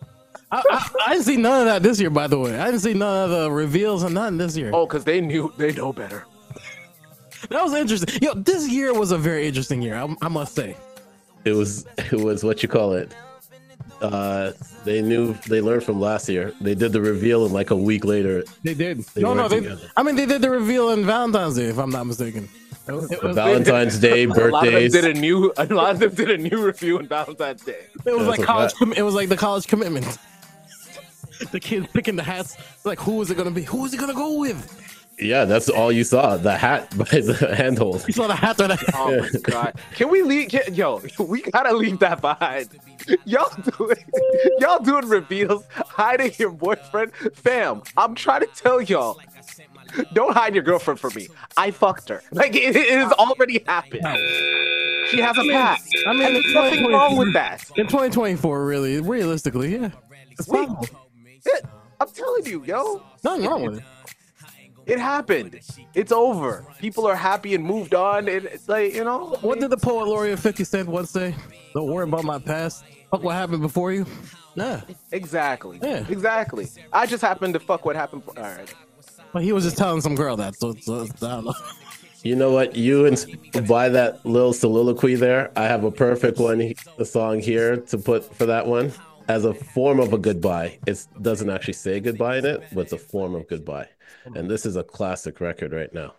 Speaker 1: I, I, I didn't see none of that this year, by the way. I didn't see none of the reveals and nothing this year.
Speaker 3: Oh, because they knew they know better.
Speaker 1: That was interesting. Yo, this year was a very interesting year. I, I must say.
Speaker 2: It was it was what you call it. Uh, they knew they learned from last year. They did the reveal and like a week
Speaker 3: *laughs*
Speaker 2: later.
Speaker 1: They did.
Speaker 2: They
Speaker 1: no, no,
Speaker 2: worked
Speaker 1: they.
Speaker 2: together.
Speaker 1: I mean, they did the reveal on Valentine's Day, if I'm not mistaken. It was, it was-
Speaker 2: Valentine's Day,
Speaker 3: A lot of them
Speaker 2: birthdays.
Speaker 3: did a new *laughs* a lot of them did a new review on Valentine's Day.
Speaker 1: it was
Speaker 2: That's
Speaker 1: like
Speaker 2: a
Speaker 1: college.
Speaker 2: fact.
Speaker 1: Com- it was like the college commitment. *laughs* the kids picking the hats. It's Like, who is it gonna be? Who is it gonna go with?
Speaker 2: Yeah, that's all you saw. The hat by the *laughs* handhold.
Speaker 1: You saw the hats or the
Speaker 2: *laughs*
Speaker 3: Oh
Speaker 1: *laughs*
Speaker 3: my god. Can we leave can, yo, *laughs* we gotta leave that behind. *laughs* Y'all doing *laughs* y'all doing reveals, hiding your boyfriend. Fam, I'm trying to tell y'all. Don't hide your girlfriend from me. I fucked her. Like it, it has already happened. She has a past.
Speaker 1: I mean,
Speaker 3: And there's nothing wrong with that.
Speaker 1: In 2024, really, realistically, yeah. It's
Speaker 3: We-
Speaker 1: fine.
Speaker 3: It- I'm telling you, yo,
Speaker 1: Nothing wrong with it.
Speaker 3: it happened. It's over. People are happy and moved on. And it's like, you know,
Speaker 1: What did the poet laureate 50 Cent once say? Don't worry about my past. Fuck what happened before you. Nah.
Speaker 3: exactly,
Speaker 1: Yeah.
Speaker 3: exactly. I just happened to fuck what happened. All right.
Speaker 1: But he was just telling some girl that, so, so I don't know. *laughs*
Speaker 2: You know what? You and by that little soliloquy there, I have a perfect one, he- a song here to put for that one as a form of a goodbye. It doesn't actually say goodbye in it, but it's a form of goodbye. And this is a classic record right now.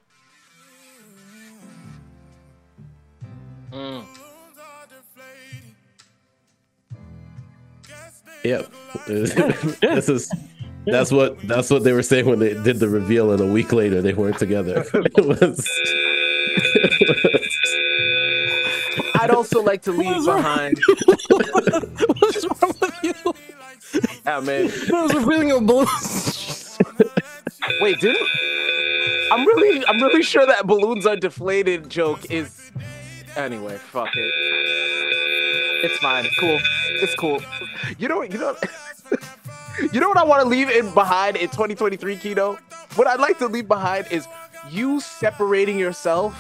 Speaker 2: Yep. *laughs* this is that's what that's what they were saying when they did the reveal and a week later they weren't together. *laughs* It was
Speaker 3: I'd also like to
Speaker 1: What
Speaker 3: leave
Speaker 1: is wrong?
Speaker 3: behind.
Speaker 1: What's wrong with you?
Speaker 3: Yeah, man.
Speaker 1: That was a feeling of *laughs* balloons.
Speaker 3: Wait, didn't I'm really I'm really sure that balloons are deflated joke is anyway, fuck it. It's fine. Cool. It's cool. You know you know *laughs* You know what I want to leave in behind in 2023 Keto? What I'd like to leave behind is you separating yourself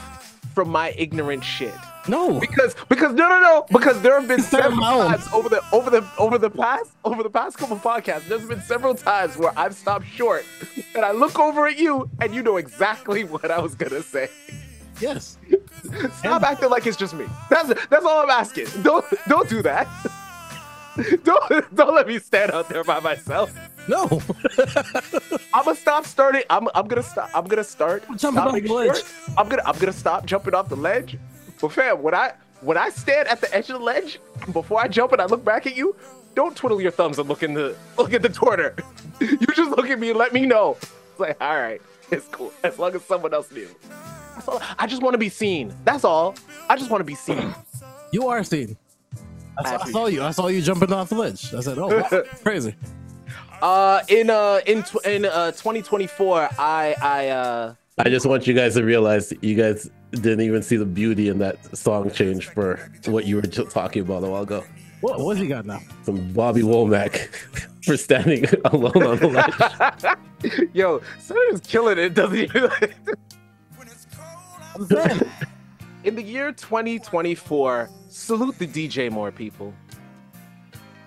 Speaker 3: from my ignorant shit.
Speaker 1: No.
Speaker 3: Because because no no no because there have been
Speaker 1: It's not
Speaker 3: several
Speaker 1: my own.
Speaker 3: times over the over the over the past over the past couple podcasts there's been several times where I've stopped short and I look over at you and you know exactly *laughs* what I was gonna say.
Speaker 1: Yes.
Speaker 3: Stop acting like it's just me. That's that's all I'm asking. Don't don't do that. *laughs* Don't don't let me stand out there by myself.
Speaker 1: No.
Speaker 3: I'm gonna stop starting. I'm I'm gonna stop. I'm gonna start
Speaker 1: Jumping off
Speaker 3: stopping
Speaker 1: the ledge.
Speaker 3: short. I'm gonna I'm gonna stop jumping off the ledge. But fam, when I when I stand at the edge of the ledge before I jump and I look back at you, don't twiddle your thumbs and look in the look at the corner. *laughs* You just look at me and let me know. It's like all right, it's cool as long as someone else knew. That's all. I just want to be seen. That's all. I just want to be *clears throat* seen.
Speaker 1: You are seen. I saw, I saw you. I saw you jumping off the ledge. I said, oh, wow, *laughs* crazy.
Speaker 3: Uh, in uh in tw- in uh 2024, I I uh.
Speaker 2: I just want you guys to realize that you guys didn't even see the beauty in that song change for what you were just talking about a while ago.
Speaker 1: What, what's he got now?
Speaker 2: Some Bobby Womack for standing alone on the ledge.
Speaker 3: *laughs* Yo, Senator's killing it, doesn't he? *laughs* In the year 2024, salute the DJ more, people.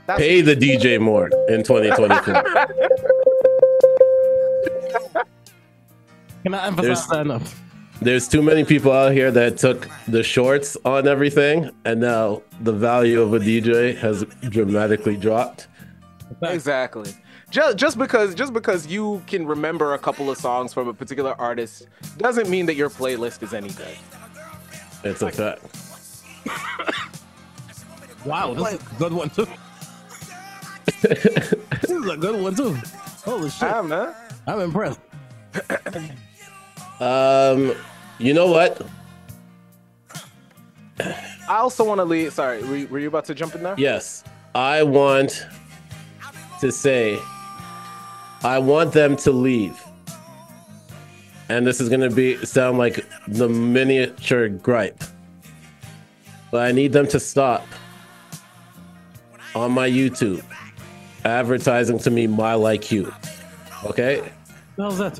Speaker 3: That's
Speaker 2: Pay the DJ more in 2024.
Speaker 1: Can I emphasize
Speaker 2: There's-
Speaker 1: that enough?
Speaker 2: There's too many people out here that took the shorts on everything, and now the value of a DJ has dramatically dropped.
Speaker 3: exactly. just just because just because you can remember a couple of songs from a particular artist doesn't mean that your playlist is any good.
Speaker 2: It's a fact.
Speaker 1: Wow, this is a good one *laughs* too. this is a good one too. Holy shit,
Speaker 3: Damn, man.
Speaker 1: I'm impressed.
Speaker 2: Um, you know what?
Speaker 3: I also want to leave. Sorry, were, you- were you about to jump in there?
Speaker 2: Yes, I want to say I want them to leave. And this is gonna be sound like the miniature gripe. But I need them to stop on my YouTube advertising to me my like you. Okay?
Speaker 1: How's that?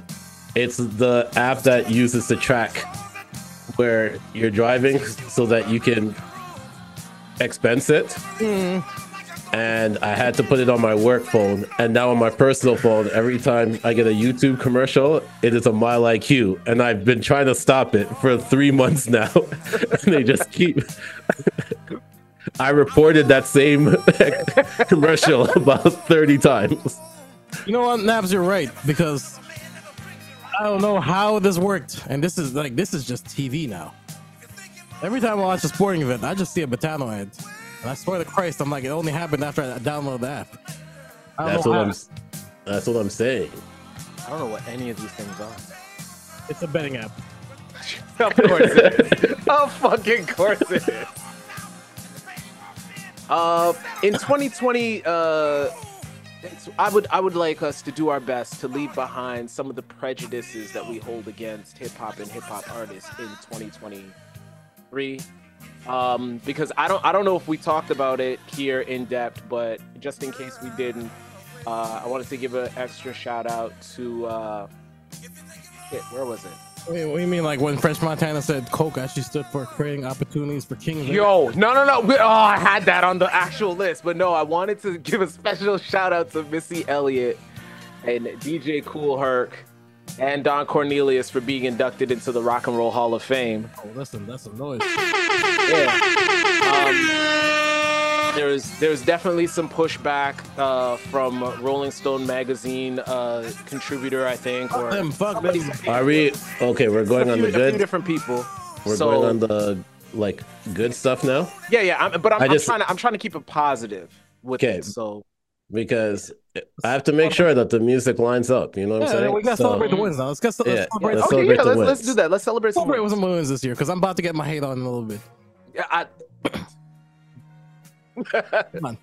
Speaker 2: It's the app that uses the track where you're driving so that you can expense it.
Speaker 1: Mm.
Speaker 2: And I had to put it on my work phone. And now on my personal phone, every time I get a YouTube commercial, it is a My Like You. And I've been trying to stop it for three months now. *laughs* and they just keep. *laughs* I reported that same *laughs* commercial about 30 times.
Speaker 1: You know what, Naps, you're right because I don't know how this worked, and this is like this is just TV now. Every time I watch a sporting event, I just see a Batano ad, and I swear to Christ, I'm like, it only happened after I downloaded the app. I don't
Speaker 2: That's
Speaker 1: know
Speaker 2: what
Speaker 1: how.
Speaker 2: I'm. That's what I'm saying.
Speaker 3: I don't know what any of these things are.
Speaker 1: It's a betting app.
Speaker 3: *laughs* Of course it is. Of fucking course it is. Uh, in 2020, uh, it's- I would I would like us to do our best to leave behind some of the prejudices that we hold against hip hop and hip hop artists in 2023. Um, because I don't I don't know if we talked about it here in depth, but just in case we didn't, uh, I wanted to give an extra shout out to uh, shit, where was it?
Speaker 1: Wait, what do you mean, like when French Montana said Coke actually stood for creating opportunities for kings?
Speaker 3: Yo, no, no, no. We- oh, I had that on the actual list, but no, I wanted to give a special shout out to Missy Elliott and DJ Cool Herc and Don Cornelius for being inducted into the Rock and Roll Hall of Fame.
Speaker 1: Oh, listen, that's a noise.
Speaker 3: Yeah. Um, there's there's definitely some pushback uh, from Rolling Stone magazine uh, contributor, I think, or
Speaker 1: Them fuck
Speaker 3: somebody-
Speaker 1: them.
Speaker 2: Are we okay? We're going
Speaker 3: a
Speaker 2: on the
Speaker 3: few, a few
Speaker 2: good.
Speaker 3: different people.
Speaker 2: We're
Speaker 3: so,
Speaker 2: going on the like good stuff now
Speaker 3: yeah, yeah, I'm, but I'm,
Speaker 2: I
Speaker 3: I'm
Speaker 2: just-
Speaker 3: trying to I'm trying to keep it positive with
Speaker 2: Okay.
Speaker 3: it. So
Speaker 2: because I have to make sure that the music lines up. You know what I'm
Speaker 1: Yeah,
Speaker 2: saying?
Speaker 1: we gotta
Speaker 2: So,
Speaker 1: celebrate the wins now. Let's, let's,
Speaker 2: Yeah,
Speaker 1: let's celebrate.
Speaker 2: let's
Speaker 1: Let's
Speaker 3: Okay,
Speaker 2: celebrate
Speaker 3: yeah,
Speaker 2: the
Speaker 3: let's, let's
Speaker 2: wins.
Speaker 3: do that. Let's celebrate some
Speaker 1: celebrate with
Speaker 3: wins.
Speaker 1: some wins this year because I'm about to get my hate on in a little bit.
Speaker 3: Yeah, I- *laughs*
Speaker 1: Come on.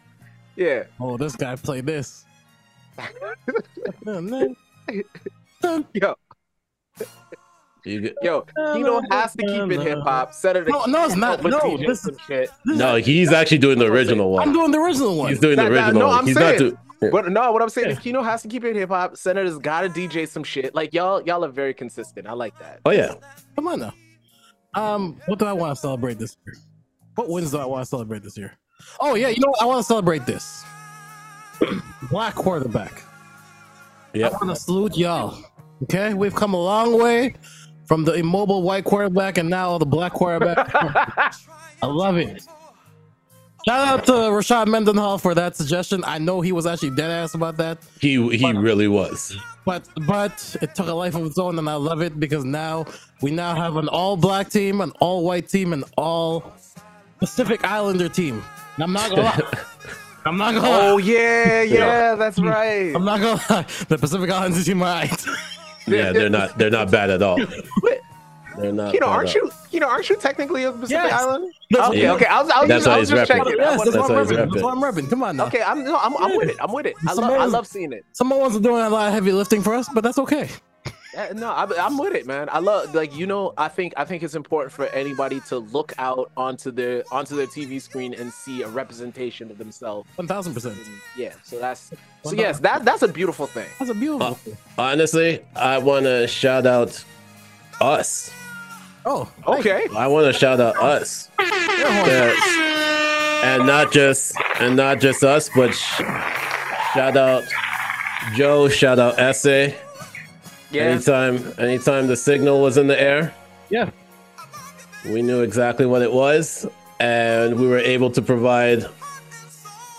Speaker 3: yeah.
Speaker 1: Oh, this guy played
Speaker 3: *laughs*
Speaker 1: this.
Speaker 3: Yo,
Speaker 2: You get-
Speaker 3: yo, Kino has to keep it hip hop. Set it.
Speaker 1: No, no, it's not.
Speaker 3: But
Speaker 1: No,
Speaker 3: DJ
Speaker 1: this
Speaker 3: some
Speaker 1: is-
Speaker 3: shit.
Speaker 2: no, he's actually doing the original
Speaker 1: I'm
Speaker 2: one.
Speaker 1: doing the original one.
Speaker 2: He's doing the
Speaker 3: Nah, nah,
Speaker 2: original
Speaker 3: no,
Speaker 2: one.
Speaker 3: I'm
Speaker 2: He's
Speaker 3: saying.
Speaker 2: not doing.
Speaker 3: But no, what I'm saying is Kino has to keep it hip hop. Senator's got to DJ some shit. Like y'all, y'all are very consistent. I like that.
Speaker 2: Oh yeah,
Speaker 1: Come on now. Um, what do I want to celebrate this year? What wins do I want to celebrate this year? Oh yeah, you know what? I want to celebrate this. *clears throat* Black quarterback.
Speaker 2: Yep.
Speaker 1: I want to salute y'all. Okay, we've come a long way from the immobile white quarterback and now the black quarterback. I love it. Shout out to Rashad Mendenhall for that suggestion. I know he was actually dead ass about that.
Speaker 2: he he really was.
Speaker 1: But but it took a life of its own, and I love it because now we now have an all black team, an all white team, an all Pacific Islander team. And I'm not gonna lie. I'm not gonna lie.
Speaker 3: Oh
Speaker 1: *laughs*
Speaker 3: yeah, yeah, that's right.
Speaker 1: Hmm. I'm not gonna lie. The Pacific Islander team *laughs* alright.
Speaker 2: Yeah, they're not they're not bad at all.
Speaker 3: Wait,
Speaker 2: They're not.
Speaker 3: Kino,
Speaker 2: bad
Speaker 3: aren't
Speaker 2: at all.
Speaker 3: you? Kino, aren't you technically a Pacific
Speaker 1: Yes.
Speaker 3: Island?
Speaker 1: That's
Speaker 3: okay,
Speaker 2: what-
Speaker 3: okay. I was, I was
Speaker 2: That's
Speaker 3: just, I
Speaker 2: why
Speaker 3: was
Speaker 2: he's
Speaker 3: just
Speaker 2: repping.
Speaker 3: checking. I
Speaker 1: Yes,
Speaker 3: wasn't-
Speaker 1: that's what I'm
Speaker 2: That's
Speaker 1: ripping.
Speaker 2: how he's
Speaker 1: That's what I'm ripping. Come on now.
Speaker 3: Okay, I'm no, I'm, I'm with it. I'm with it. I
Speaker 1: It's
Speaker 3: love, I
Speaker 1: amazing.
Speaker 3: love seeing it.
Speaker 1: Samoans are doing a lot of heavy lifting for us, but that's okay.
Speaker 3: Yeah, Eh, no, I, I'm with it, man. I love like you know. I think I think it's important for anybody to look out onto their onto their TV screen and see a representation of themselves.
Speaker 1: One thousand percent.
Speaker 3: Yeah, so that's so
Speaker 1: Well,
Speaker 3: yes, that that's a beautiful thing.
Speaker 1: That's a beautiful. thing.
Speaker 2: Honestly, I want to shout out us.
Speaker 1: Oh, thank
Speaker 3: Okay,
Speaker 2: I want to shout out us. Yes. And not just and not just us, but sh- shout out Joe, shout out Essay.
Speaker 3: yeah,
Speaker 2: Anytime anytime the signal was in the air,
Speaker 1: Yeah.
Speaker 2: we knew exactly what it was and we were able to provide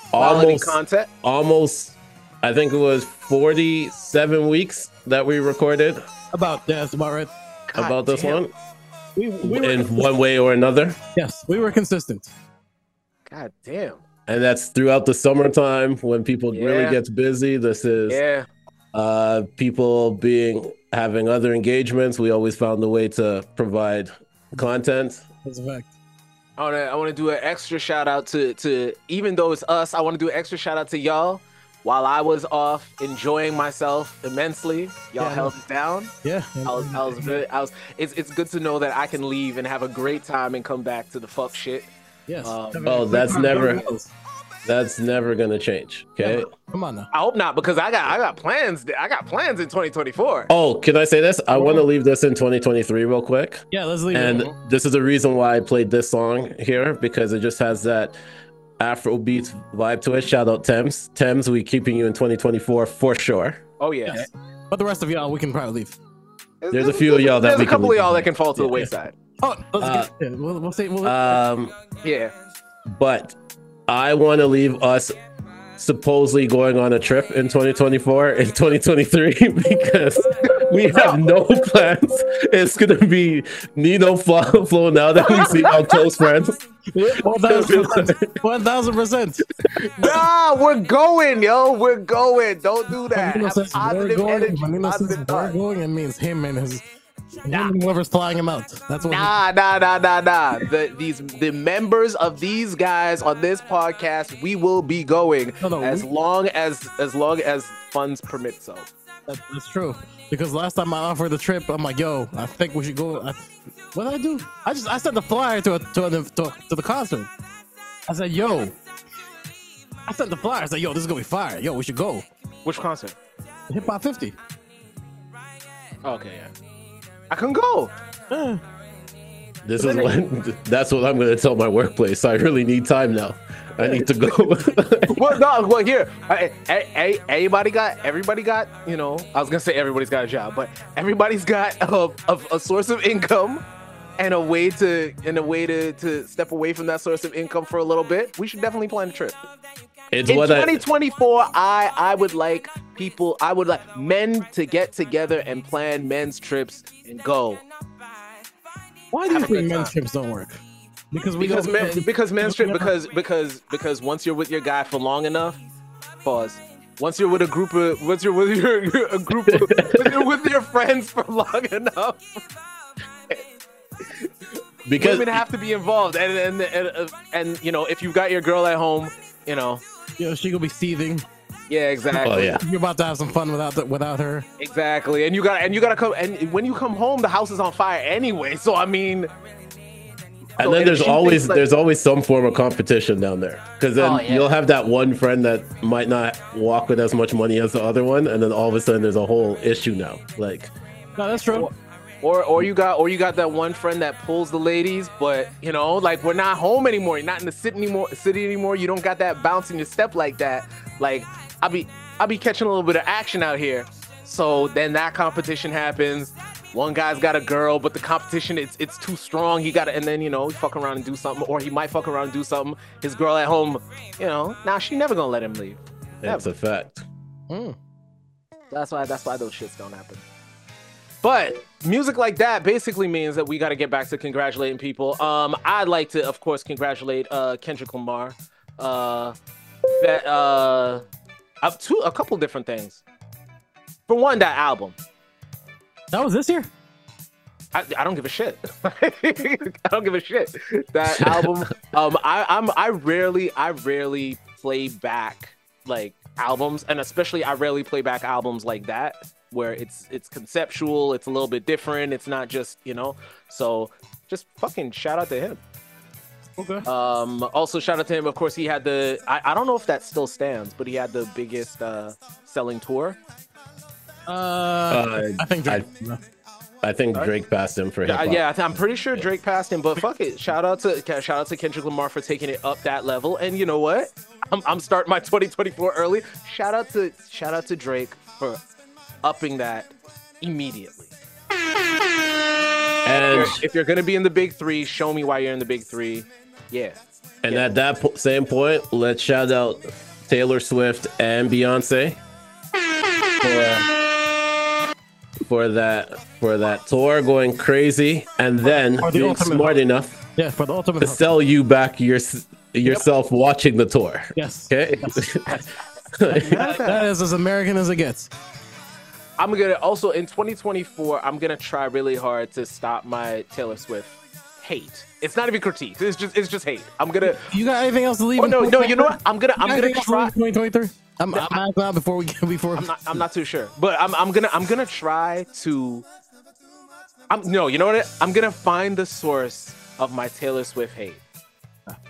Speaker 3: quality
Speaker 2: almost
Speaker 3: content.
Speaker 2: almost I think it was 47 weeks that we recorded
Speaker 1: About yeah, that's about right.
Speaker 2: about this one
Speaker 1: We, we were,
Speaker 2: in one way or another.
Speaker 1: yes, we were consistent.
Speaker 3: God damn.
Speaker 2: And that's throughout the summertime when people
Speaker 3: Yeah.
Speaker 2: really gets busy. This is
Speaker 3: Yeah.
Speaker 2: uh, people being having other engagements. We always found a way to provide content.
Speaker 1: That's a fact.
Speaker 3: I want to I want to do an extra shout out to to even though it's us, I want to do an extra shout out to y'all. While I was off enjoying myself immensely, y'all
Speaker 1: Yeah.
Speaker 3: held it down.
Speaker 1: Yeah.
Speaker 3: I was, I was really, I was. It's, it's good to know that I can leave and have a great time and come back to the fuck shit.
Speaker 1: yes.
Speaker 3: um,
Speaker 2: Oh, that's never that's never gonna change. Okay.
Speaker 1: Come on now.
Speaker 3: I hope not because I got, I got plans. I got plans in 2024.
Speaker 2: Oh, can I say this? I want to leave this in 2023 real quick.
Speaker 1: Yeah, let's leave
Speaker 2: And
Speaker 1: it.
Speaker 2: this is the reason why I played this song here because it just has that Afrobeat vibe to it. Shout out Thames. Thames, we keeping you in 2024 for sure.
Speaker 3: Oh yeah.
Speaker 1: But the rest of y'all, we can probably leave.
Speaker 2: There's a few of y'all that
Speaker 3: There's
Speaker 2: we
Speaker 3: a
Speaker 2: can
Speaker 3: couple of
Speaker 2: leave
Speaker 3: y'all that
Speaker 2: behind.
Speaker 3: can fall to the
Speaker 2: Yeah.
Speaker 3: wayside.
Speaker 1: Oh, let's
Speaker 2: Uh,
Speaker 1: get, yeah, we'll, we'll say we'll,
Speaker 2: Um,
Speaker 3: Yeah.
Speaker 2: but I want to leave us supposedly going on a trip in 2024 *laughs* and 2023 *laughs* because we have no plans. It's gonna be Nino Flo, Flo now that we see our close friends.
Speaker 1: one thousand percent. One thousand percent.
Speaker 3: Nah, we're going, yo. We're going. Don't do that.
Speaker 1: Nino
Speaker 3: Have
Speaker 1: says we're
Speaker 3: positive
Speaker 1: going.
Speaker 3: energy.
Speaker 1: When Nino says
Speaker 3: Positive
Speaker 1: we're
Speaker 3: thought.
Speaker 1: going, it means him and his him
Speaker 3: Nah.
Speaker 1: and whoever's flying him out. That's what.
Speaker 3: Nah, nah, nah, nah, nah. The these the members of these guys on this podcast, we will be going
Speaker 1: No, no,
Speaker 3: as
Speaker 1: we-
Speaker 3: long as as long as funds permit so.
Speaker 1: That, that's true. Because last time I offered the trip, I'm like, "Yo, I think we should go." I, what did I do? I just I sent the flyer to a, to, a, to, a- to the concert. I said, "Yo," I sent the flyer. I said, "Yo, this is gonna be fire. Yo, we should go."
Speaker 3: Which concert?
Speaker 1: Hip Hop 50.
Speaker 3: Okay, yeah. I can go.
Speaker 2: This is when that's what I'm gonna tell my workplace. I really need time now. I need to go. *laughs*
Speaker 3: Well, no, well here, I, I, I, everybody got, everybody got, you know, I was gonna say everybody's got a job, but everybody's got *laughs* a, a, a source of income and a way to and a way to to step away from that source of income for a little bit. We should definitely plan a trip.
Speaker 2: it's
Speaker 3: In
Speaker 2: what I
Speaker 3: 2024, I I would like people, I would like men to get together and plan men's trips and go
Speaker 1: Why do you
Speaker 3: Have a
Speaker 1: think
Speaker 3: good
Speaker 1: men's
Speaker 3: time.
Speaker 1: trips don't work? Because we
Speaker 3: because
Speaker 1: don't-
Speaker 3: men, because men's trip
Speaker 1: never-
Speaker 3: because because because once you're with your guy for long enough, pause. Once you're with a group of once you're with your *laughs* your- a group of, when you're with your friends for long enough,
Speaker 2: because
Speaker 3: women have to be involved. And and and, uh, and, you know if you've got your girl at home, you know
Speaker 1: you know, she gonna be seething.
Speaker 3: yeah exactly
Speaker 2: oh yeah.
Speaker 1: You're about to have some fun without the, without her.
Speaker 3: exactly. And you got and you gotta come and when you come home, the house is on fire anyway. So I mean,
Speaker 2: and
Speaker 3: So
Speaker 2: then
Speaker 3: if
Speaker 2: there's
Speaker 3: she
Speaker 2: always
Speaker 3: thinks, like-
Speaker 2: there's always some form of competition down there because then
Speaker 3: Oh, yeah.
Speaker 2: you'll have that one friend that might not walk with as much money as the other one and then all of a sudden there's a whole issue now like
Speaker 1: No, that's true.
Speaker 3: or or you got or you got that one friend that pulls the ladies, but you know, like we're not home anymore. You're not in the city anymore. City anymore. You don't got that bounce in your step like that. Like I'll be I'll be catching a little bit of action out here. So then that competition happens. One guy's got a girl, but the competition it's it's too strong. He got to and then you know he fuck around and do something, or he might fuck around and do something. His girl at home, you know, nah, she never gonna let him leave.
Speaker 2: it's a fact
Speaker 1: Mm.
Speaker 3: That's why that's why those shits don't happen. But music like that basically means that we got to get back to congratulating people. Um, I'd like to, of course, congratulate uh, Kendrick Lamar. Uh, that uh, up to a couple different things. For one, that album.
Speaker 1: That was this year.
Speaker 3: I, I don't give a shit. *laughs* I don't give a shit. That album. Um, I, I'm I rarely I rarely play back like albums, and especially I rarely play back albums like that where it's it's conceptual, it's a little bit different, it's not just you know. So just fucking shout out to him.
Speaker 1: Okay.
Speaker 3: Um, also shout out to him. Of course, he had the I, I don't know if that still stands, but he had the biggest uh, selling tour.
Speaker 1: Uh,
Speaker 2: uh,
Speaker 1: I think.
Speaker 2: I-
Speaker 1: Drake-
Speaker 2: i think drake passed him for hip
Speaker 3: Yeah, yeah, I th- I'm pretty sure Drake passed him, but fuck it. Shout out to ca- shout out to Kendrick Lamar for taking it up that level. And you know what? I'm, I'm starting my *laughs* 2024 early. Shout out to shout out to Drake for upping that immediately.
Speaker 2: and
Speaker 3: If you're gonna be in the big three, show me why you're in the big three. Yeah,
Speaker 2: and at that po- same point let's shout out taylor swift and beyonce for for that for that tour going crazy, and then
Speaker 1: Or the
Speaker 2: being
Speaker 1: ultimate-
Speaker 2: smart enough
Speaker 1: Yeah, for the ultimate.
Speaker 2: to sell you back your yourself watching the tour.
Speaker 1: Yes.
Speaker 2: Okay.
Speaker 3: *laughs*
Speaker 1: That- that is as American as it gets.
Speaker 3: I'm gonna also in 2024. I'm gonna try really hard to stop my Taylor Swift hate. It's not even critique. It's just it's just hate. I'm gonna.
Speaker 1: You got anything else to leave?
Speaker 3: Oh
Speaker 1: in
Speaker 3: no no. You know what? I'm gonna
Speaker 1: You
Speaker 3: I'm
Speaker 1: got
Speaker 3: gonna
Speaker 1: anything else to leave
Speaker 3: try.
Speaker 1: in 2023. I'm, I'm out loud before we get before.
Speaker 3: I'm not. I'm not too sure, but I'm. I'm gonna. I'm gonna try to. I'm no. You know what? I'm gonna find the source of my Taylor Swift hate.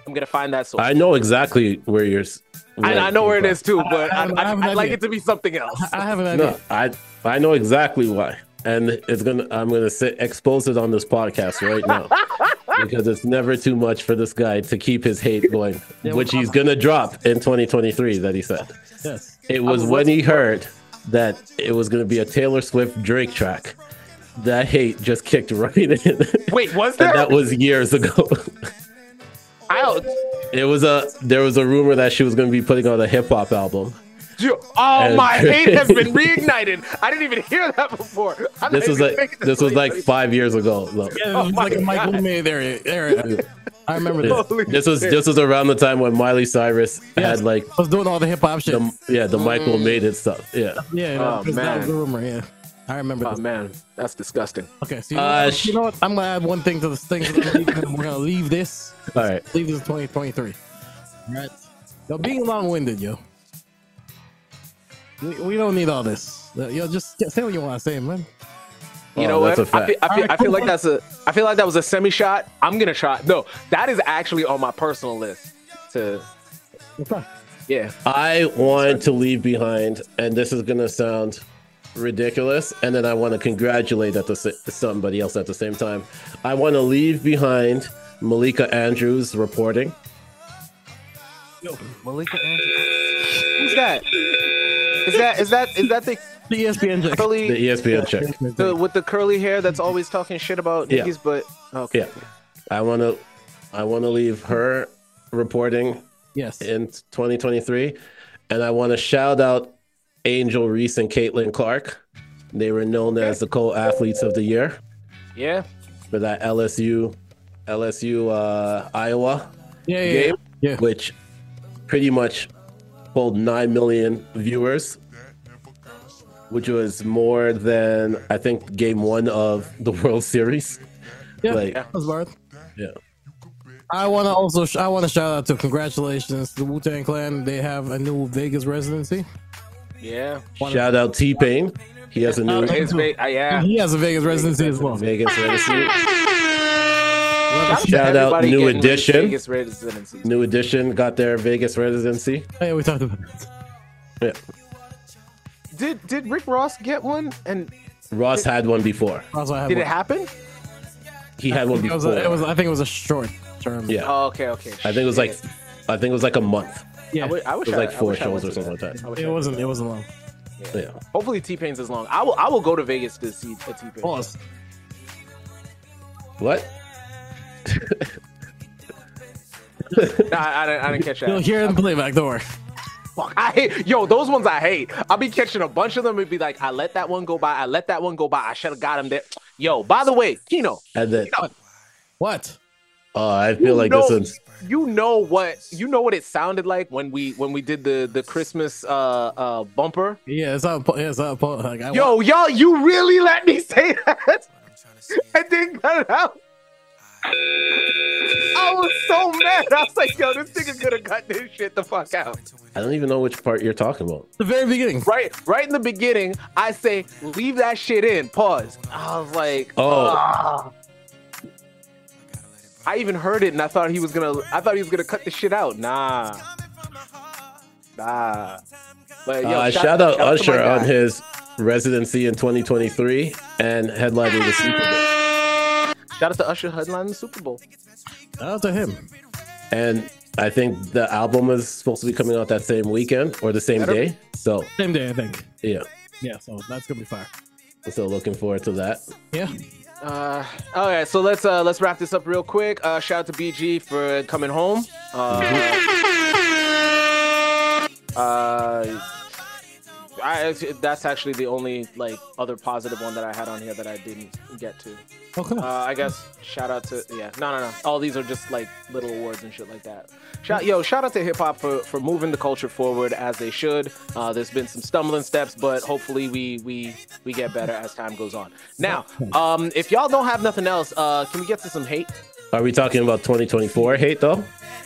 Speaker 3: I'm gonna find that source.
Speaker 2: I
Speaker 3: I,
Speaker 2: know exactly where you're. s-
Speaker 3: I, know where it is too, but
Speaker 1: I-
Speaker 3: I,
Speaker 1: I-
Speaker 3: would
Speaker 1: I have an
Speaker 3: like
Speaker 1: idea.
Speaker 3: it to be something else.
Speaker 1: I have an idea.
Speaker 2: No, I I know exactly why, and it's gonna. I'm gonna sit, expose it on this podcast right
Speaker 3: *laughs*
Speaker 2: now because it's never too much for this guy to keep his hate going, which he's gonna drop in 2023. That he said
Speaker 1: Yes.
Speaker 2: it was when he heard that it was gonna be a Taylor Swift Drake track. That hate just kicked right in, and
Speaker 3: Wait, was there?
Speaker 2: that was years ago. *laughs*
Speaker 3: Ouch.
Speaker 2: It was a there was a rumor that she was gonna be putting on a hip hop album.
Speaker 3: You- Oh, my
Speaker 2: And-
Speaker 3: hate has been reignited. I didn't even hear that before.
Speaker 2: *laughs*
Speaker 3: I'm
Speaker 2: This was
Speaker 3: not even
Speaker 2: like
Speaker 3: thinking
Speaker 2: this was like
Speaker 3: way.
Speaker 2: five years ago. though.
Speaker 1: Yeah, it
Speaker 3: Oh
Speaker 1: was
Speaker 3: my
Speaker 1: like a Michael
Speaker 3: God.
Speaker 1: May area. area. I remember
Speaker 2: Yeah.
Speaker 1: this.
Speaker 3: Holy
Speaker 2: this was this was around the time when Miley Cyrus
Speaker 1: Yes.
Speaker 2: had like
Speaker 1: I was doing all the hip hop shit.
Speaker 2: the yeah the Michael made it stuff yeah.
Speaker 1: yeah,
Speaker 3: Oh,
Speaker 1: because that was
Speaker 3: man.
Speaker 1: the rumor. Yeah, I remember.
Speaker 3: Oh
Speaker 1: this.
Speaker 3: man, that's disgusting.
Speaker 1: Okay, so you know,
Speaker 2: Uh,
Speaker 1: what-
Speaker 2: sh-
Speaker 1: you know what? I'm gonna add one thing to this thing. We're
Speaker 2: *laughs*
Speaker 1: gonna leave this.
Speaker 2: All right,
Speaker 1: Leave this 2023. All right. Yo, being long-winded, yo. We, we don't need all this. Uh, Yo, just say what you want to say, man.
Speaker 3: You
Speaker 2: Oh,
Speaker 3: know
Speaker 2: that's
Speaker 3: what?
Speaker 2: a fact.
Speaker 3: I feel, I, feel, I
Speaker 1: Alright,
Speaker 3: feel
Speaker 1: cool.
Speaker 3: like that's a. I feel like that was a semi shot. I'm gonna try. No, that is actually on my personal list. To
Speaker 1: Okay.
Speaker 3: yeah,
Speaker 2: I want to leave behind, and this is gonna sound ridiculous, and then I want to congratulate at the sa- somebody else at the same time. I want to leave behind Malika Andrews reporting.
Speaker 1: Malika
Speaker 3: who's that? Is that is that is that the E
Speaker 1: The ESPN chick.
Speaker 2: The E
Speaker 3: curly
Speaker 2: ESPN check.
Speaker 3: the, with the curly hair that's always talking shit about
Speaker 2: Yeah.
Speaker 3: niggas? But okay,
Speaker 2: Yeah, I want to, I want to leave her reporting
Speaker 1: Yes.
Speaker 2: in 2023. And I want to shout out Angel Reese and Caitlin Clark. They were known as the co-athletes of the year
Speaker 3: yeah.
Speaker 2: for that LSU, LSU uh, Iowa
Speaker 1: Yeah, yeah, yeah.
Speaker 2: game,
Speaker 1: Yeah.
Speaker 2: which pretty much pulled nine million viewers, which was more than I think game one of the *laughs* World Series.
Speaker 1: Yeah,
Speaker 2: Like-
Speaker 1: that was worth.
Speaker 2: Yeah.
Speaker 1: I want to also sh- I want to shout out to congratulations to the Wu Tang Clan. They have a new Vegas residency.
Speaker 3: Yeah,
Speaker 2: Shout out T Pain. He has a new E
Speaker 1: Uh,
Speaker 3: It's ba- uh, yeah.
Speaker 1: He has a Vegas residency as well.
Speaker 2: Vegas legacy.
Speaker 3: to
Speaker 2: Shout out
Speaker 3: everybody
Speaker 2: New
Speaker 3: getting
Speaker 2: Edition.
Speaker 3: Vegas residencies.
Speaker 2: New edition got their Vegas residency.
Speaker 1: Hey, we talked about it.
Speaker 2: Yeah.
Speaker 3: Did did Rick Ross get one? And
Speaker 2: Ross had one before.
Speaker 1: Also, I had
Speaker 3: did
Speaker 1: one.
Speaker 3: it happen?
Speaker 2: He had one
Speaker 1: It was,
Speaker 2: before.
Speaker 1: a, it was. I think it was a short term.
Speaker 2: yeah.
Speaker 3: Oh, okay, okay.
Speaker 2: I think it was like, I think it was like a month.
Speaker 1: yeah.
Speaker 3: I wi- I wish
Speaker 2: It was
Speaker 3: I-
Speaker 2: like
Speaker 3: I
Speaker 2: four
Speaker 3: wish I
Speaker 2: shows
Speaker 3: went
Speaker 2: or
Speaker 3: to
Speaker 2: something like that.
Speaker 3: I wish
Speaker 1: It
Speaker 3: I-
Speaker 1: wasn't. It wasn't long.
Speaker 2: Yeah.
Speaker 3: Hopefully, T Pain's is long. I will. I will go to Vegas to see a T Pain.
Speaker 1: Pause.
Speaker 2: What?
Speaker 3: Nah, I, I didn't. I didn't
Speaker 1: *laughs*
Speaker 3: catch
Speaker 1: You'll
Speaker 3: that.
Speaker 1: hear it in playback. Don't worry.
Speaker 3: Fuck. I hate. Yo, those ones I hate. I'll be catching a bunch of them and be like, I let that one go by. I let that one go by. I should have got him there. Yo, by the way, Kino,
Speaker 2: And then,
Speaker 1: What?
Speaker 2: oh, I feel like this
Speaker 3: know-
Speaker 2: one's.
Speaker 3: you know what? You know what it sounded like when we when we did the the Christmas uh uh bumper.
Speaker 1: Yeah, it's not. Yeah, it's not. Like, I
Speaker 3: Yo, y'all, you really let me say *laughs* that? I didn't cut it out. I was so mad. I was like, yo, this nigga's gonna cut this shit the fuck out.
Speaker 2: I don't even know which part you're talking about.
Speaker 1: the very beginning.
Speaker 3: Right, right in the beginning, I say, leave that shit in. Pause. I was like,
Speaker 2: Oh.
Speaker 3: ah. I even heard it and I thought he was gonna I thought he was gonna cut the shit out. Nah. Nah. But yo,
Speaker 2: uh, shout out
Speaker 3: to my
Speaker 2: Usher
Speaker 3: guy.
Speaker 2: on his residency in 2023 and headlining the Super Bowl.
Speaker 3: Shout out to Usher headlining the Super Bowl.
Speaker 1: Shout out to him.
Speaker 2: And I think the album is supposed to be coming out that same weekend or the same day. So
Speaker 1: Same day, I think.
Speaker 2: yeah,
Speaker 1: Yeah. So that's gonna be fire.
Speaker 2: so looking forward to that.
Speaker 1: Yeah.
Speaker 3: Uh, all right, so let's uh, let's wrap this up real quick. Uh, shout out to BG for coming home. Uh, uh, I that's actually the only like other positive one that I had on here that I didn't get to.
Speaker 1: Okay.
Speaker 3: Uh, I guess shout out to yeah no no no all these are just like little awards and shit like that. Shout yo shout out to hip hop for for moving the culture forward as they should. Uh, there's been some stumbling steps, but hopefully we we we get better as time goes on. Now, um, if y'all don't have nothing else, uh, can we get to some hate?
Speaker 2: Are we talking about 2024 hate though?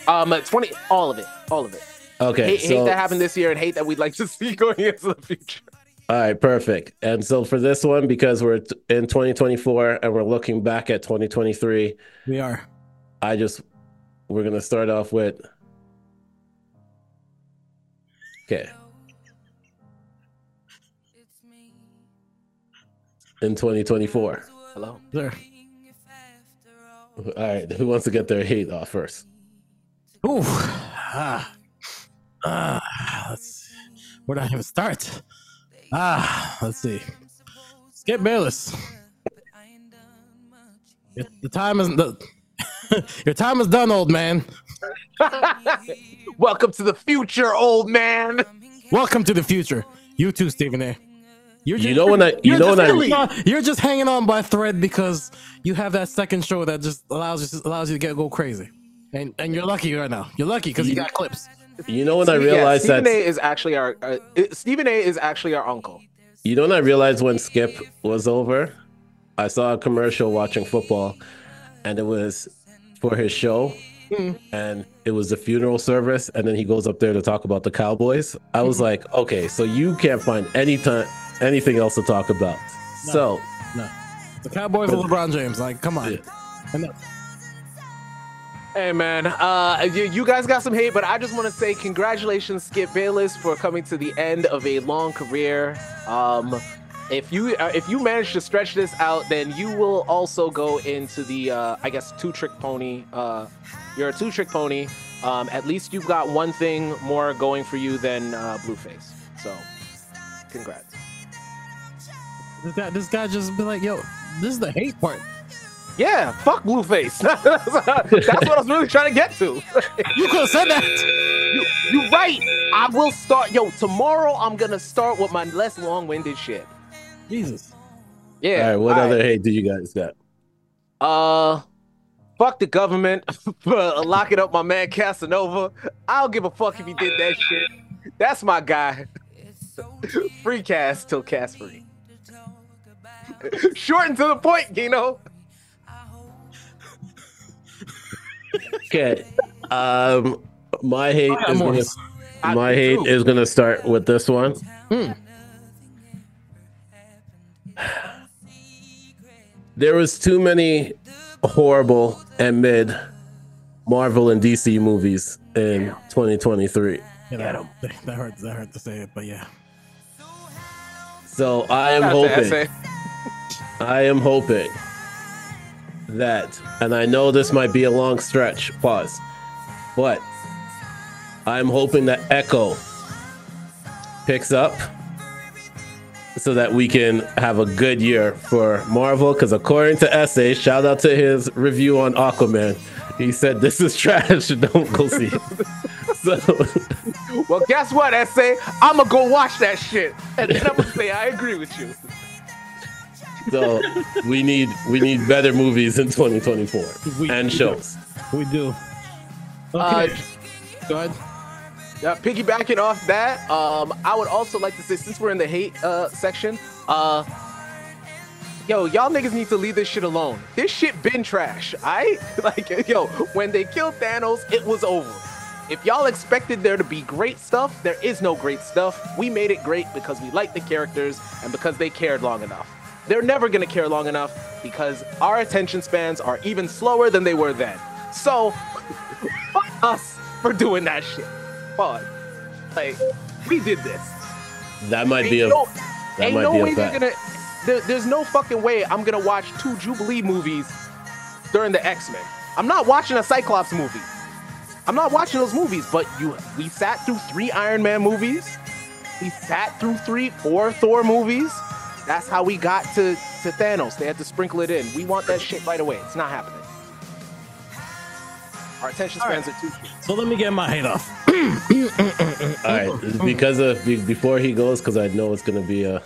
Speaker 3: Um, twenty all of it, all of it.
Speaker 2: Okay,
Speaker 3: hate, hate
Speaker 2: so-
Speaker 3: that happened this year and hate that we'd like to *laughs* see going into the future.
Speaker 2: All right, perfect. And so for this one, because we're t- in 2024 and we're looking back at 2023,
Speaker 1: We are.
Speaker 2: I just we're gonna start off with. Okay. In 2024.
Speaker 3: Hello.
Speaker 1: There.
Speaker 2: All right, who wants to get their hate off first?
Speaker 1: Ooh. Ah. Ah. Let's see. Where do I even start? Ah. Let's see. Skip Bayless. Your- The time is the. *laughs* Your time is done, old man.
Speaker 3: *laughs* Welcome to the future, old man.
Speaker 1: Welcome to the future. You too, Stephen A. You're
Speaker 2: You know when I- you
Speaker 1: you're
Speaker 2: know
Speaker 1: just
Speaker 2: when I-
Speaker 1: hanging on- you're just hanging on by a thread because you have that second show that just allows you allows you to get go crazy, and and you're lucky right now. You're lucky because you got clips.
Speaker 2: You know when I
Speaker 3: Yeah,
Speaker 2: realized
Speaker 3: Stephen
Speaker 2: that
Speaker 3: A is actually our uh, it- Stephen A is actually our uncle.
Speaker 2: You know what I realized when Skip was over? I saw a commercial watching football, and it was for his show, and it was the funeral service, and then he goes up there to talk about the Cowboys. I was like, okay, so you can't find any time anything else to talk about. So
Speaker 1: No, the Cowboys with LeBron James. Like, come on. Enough.
Speaker 3: Hey man, uh, you, you guys got some hate, but I just want to say congratulations, Skip Bayless, for coming to the end of a long career. Um, if you uh, if you manage to stretch this out, then you will also go into the uh, I guess two trick pony. Uh, you're a two trick pony. Um, at least you've got one thing more going for you than uh, Blueface. So, congrats.
Speaker 1: This guy, this guy just be like, yo, this is the hate part.
Speaker 3: Yeah, fuck Blueface. *laughs* That's what I was really trying to get to.
Speaker 1: You could have said that.
Speaker 3: You, you right. I will start. Yo, tomorrow I'm gonna start with my less long-winded shit.
Speaker 1: Jesus.
Speaker 3: Yeah.
Speaker 2: all right, what
Speaker 3: all
Speaker 2: other
Speaker 3: right.
Speaker 2: hate do you guys got?
Speaker 3: Uh, fuck the government *laughs* for locking up my man Casanova. I don't give a fuck if he did that shit. That's my guy. free cast till cast free. *laughs* Short and to the point, Gino.
Speaker 2: Okay. Um my hate
Speaker 1: got
Speaker 2: is
Speaker 1: more.
Speaker 2: gonna,
Speaker 3: I
Speaker 2: my
Speaker 3: do
Speaker 2: hate
Speaker 3: too.
Speaker 2: is gonna start with this one. There was too many horrible and mid Marvel and DC movies in 2023.
Speaker 1: Yeah, that, that hurt. That hurt to say it, but yeah.
Speaker 2: So I am
Speaker 3: That's it, that's
Speaker 2: hoping
Speaker 3: it.
Speaker 2: I am hoping that and I know this might be a long stretch, pause. But I'm hoping that Echo picks up so that we can have a good year for Marvel. Because according to Essay, shout out to his review on Aquaman, he said, This is trash. *laughs* Don't go see it. *laughs* so,
Speaker 3: Well, guess what, Essay? I'm gonna go watch that shit, and then I'm gonna say I agree with you.
Speaker 2: so we need we need better movies in 2024
Speaker 1: We-
Speaker 2: and shows.
Speaker 1: We do.
Speaker 3: Uh,
Speaker 1: Okay. Go ahead.
Speaker 3: Uh, piggybacking off that, um, I would also like to say, since we're in the hate uh, section, uh, yo, y'all niggas need to leave this shit alone. This shit been trash, I *laughs* Like, yo, when they killed Thanos, it was over. If y'all expected there to be great stuff, there is no great stuff. We made it great because we liked the characters and because they cared long enough. They're never gonna care long enough because our attention spans are even slower than they were then. So, fuck us for doing that shit. Fuck. Like, we did this.
Speaker 2: That might be a
Speaker 3: no,
Speaker 2: that
Speaker 3: ain't
Speaker 2: might
Speaker 3: no
Speaker 2: be
Speaker 3: way
Speaker 2: a
Speaker 3: they're
Speaker 2: fact.
Speaker 3: gonna. There, there's no fucking way I'm gonna watch two Jubilee movies during the X Men. I'm not watching a Cyclops movie. I'm not watching those movies. But you, we sat through three Iron Man movies. We sat through three, four Thor movies. That's how we got to to Thanos. They had to sprinkle it in. We want that shit right away. It's not happening. Our attention spans are too short.
Speaker 1: So let me get my hate off.
Speaker 2: All
Speaker 3: *laughs*
Speaker 2: right, because of be- before he goes, because I know it's gonna be a,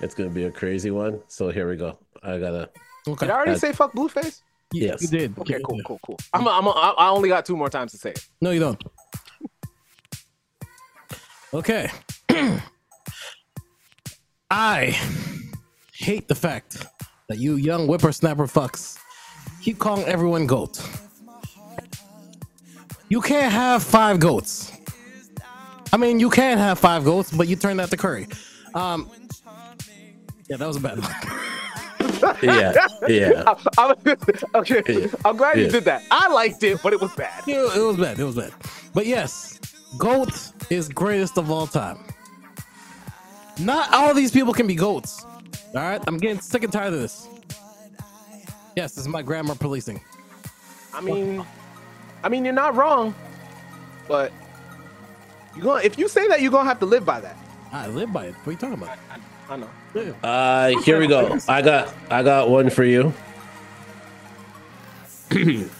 Speaker 2: it's gonna be a crazy one. So here we go. I gotta
Speaker 1: Okay.
Speaker 3: Did I already
Speaker 2: Uh,
Speaker 3: say fuck Blueface?
Speaker 1: You
Speaker 2: yes.
Speaker 1: did.
Speaker 3: Okay, cool, cool, cool. I'm, a, I'm, a, I only got two more times to say it. *laughs*
Speaker 1: No, you don't. Okay. *clears throat* I hate the fact that you young whippersnapper fucks keep calling everyone goat. You can't have five goats. I mean, you can have five goats, but you turn that to curry. Um, yeah, that was a bad one.
Speaker 3: *laughs*
Speaker 2: Yeah, yeah.
Speaker 3: I- I'm, okay,
Speaker 2: Yeah.
Speaker 3: I'm glad you
Speaker 2: Yeah.
Speaker 3: did that. I liked it, but it was bad.
Speaker 1: it, it was bad. It was bad. But yes, GOAT is greatest of all time. Not all these people can be goats. All right, I'm getting sick and tired of this. Yes, this is my grammar policing.
Speaker 3: I mean, I mean, you're not wrong, but you gonna if you say that, you're gonna have to live by that.
Speaker 1: I live by it. What are you talking about?
Speaker 3: I know.
Speaker 1: Yeah.
Speaker 2: Uh, here we go. I got I got one for you. *clears throat*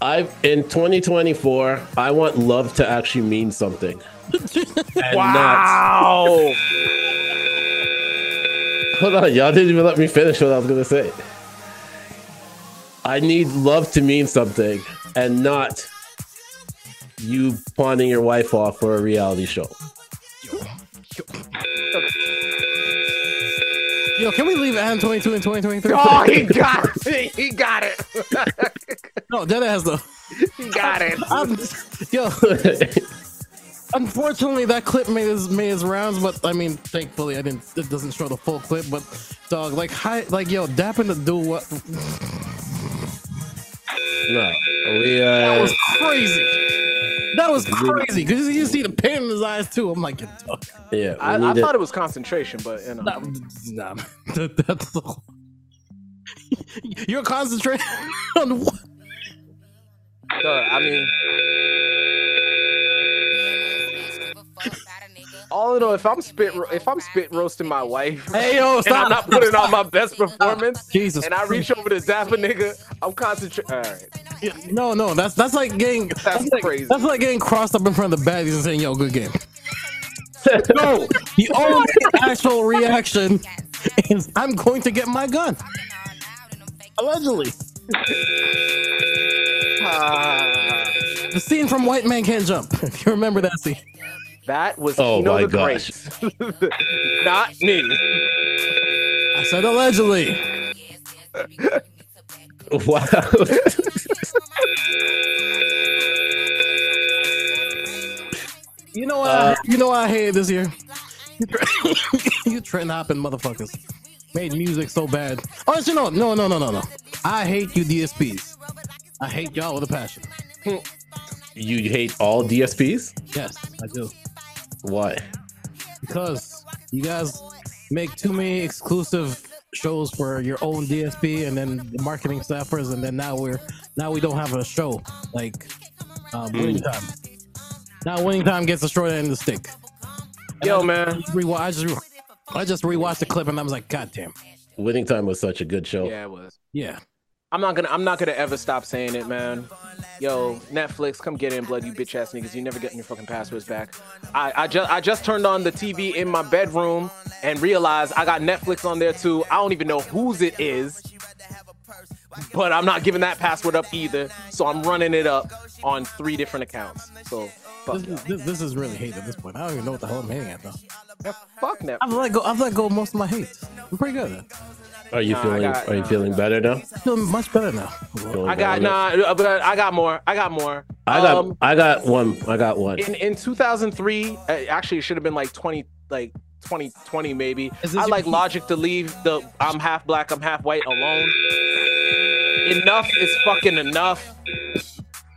Speaker 2: I in 2024, I want love to actually mean something. And wow.
Speaker 1: Oh,
Speaker 3: *laughs* Ow!
Speaker 2: hold on, y'all didn't even let me finish what I was gonna say. I need love to mean something and not you pawning your wife off for a reality show. *laughs*
Speaker 1: Yo, can we leave Adam 22 and 2023?
Speaker 3: oh, he got it. He got it.
Speaker 1: No, that has the.
Speaker 3: he got it.
Speaker 1: I'm, *laughs* yo,
Speaker 2: uh,
Speaker 1: unfortunately, that clip made his made his rounds, but I mean, thankfully, I didn't. It doesn't show the full clip, but dog, like, hi, like, yo, dapping the dude, what?
Speaker 2: no, we uh,
Speaker 1: That was crazy. That was crazy because you see the pain in his eyes too. I'm like, dog,
Speaker 2: yeah, we
Speaker 3: I, I
Speaker 2: need
Speaker 3: thought it was concentration, but you know.
Speaker 1: nah, nah, *laughs* that- that's the. *laughs* You're concentrating *laughs* on what?
Speaker 3: Duh, I mean, all in all, if I'm spit, ro- if I'm spit roasting my wife,
Speaker 1: Hey yo,
Speaker 3: and I'm
Speaker 1: stop!
Speaker 3: not putting on my best performance,
Speaker 1: *laughs* Jesus
Speaker 3: and I reach over to zap a nigga, I'm concentrating. All right,
Speaker 1: No, no, that's that's like getting that's, like,
Speaker 3: crazy.
Speaker 1: That's like getting crossed up in front of the baddies and saying, "Yo, good game." no, *laughs* the only actual reaction is, "I'm going to get my gun." Allegedly,
Speaker 3: Ah,
Speaker 1: the scene from White Man Can't Jump. *laughs* If you remember that scene.
Speaker 3: that was
Speaker 2: Oh
Speaker 3: Kino
Speaker 2: my
Speaker 3: the Great. *laughs* not me.
Speaker 1: I said allegedly.
Speaker 2: *laughs* Wow.
Speaker 1: You know what? I, you know what I hated this year. You tre- *laughs* you trend hopping motherfuckers made music so bad. Oh, actually, no, no, no, no, no, no. I hate you DSPs. I hate y'all with a passion.
Speaker 2: you hate all DSPs?
Speaker 1: Yes, I do.
Speaker 2: Why?
Speaker 1: Because you guys make too many exclusive shows for your own DSP and then the marketing staffers, and then now we're now we don't have a show like um, winning time. Now winning time gets the short end of the stick.
Speaker 3: Yo, man.
Speaker 1: Rewa- I just re- I just rewatched the clip and I was like, God damn.
Speaker 2: Winning Time was such a good show.
Speaker 3: Yeah, it was.
Speaker 1: Yeah.
Speaker 3: I'm not gonna I'm not gonna ever stop saying it, man. Yo, Netflix, come get in blood, you bitch ass niggas. You never getting your fucking passwords back. I, I just I just turned on the TV in my bedroom and realized I got Netflix on there too. I don't even know whose it is. But I'm not giving that password up either. So I'm running it up on three different accounts. So fuck
Speaker 1: This, is- this, this is really hate at this point. I don't even know what the hell I'm hating at though.
Speaker 3: yeah, fuck Netflix.
Speaker 1: I've let go I've let go of most of my hate. I'm pretty good at it.
Speaker 2: Are you
Speaker 3: Nah, I
Speaker 2: feeling
Speaker 3: got-
Speaker 2: Are you
Speaker 3: nah, I
Speaker 2: feeling
Speaker 3: got-
Speaker 2: better now?
Speaker 1: I feel much better now.
Speaker 2: Feeling
Speaker 3: I
Speaker 2: better
Speaker 3: got
Speaker 2: now?
Speaker 3: nah but I got more. I got more.
Speaker 2: I got
Speaker 3: Um,
Speaker 2: I got one. I got one.
Speaker 3: in in 2003 uh, actually it should have been like 20 like 2020 maybe
Speaker 1: Is this
Speaker 3: i
Speaker 1: your-
Speaker 3: like logic to leave the i'm half black i'm half white alone enough is fucking enough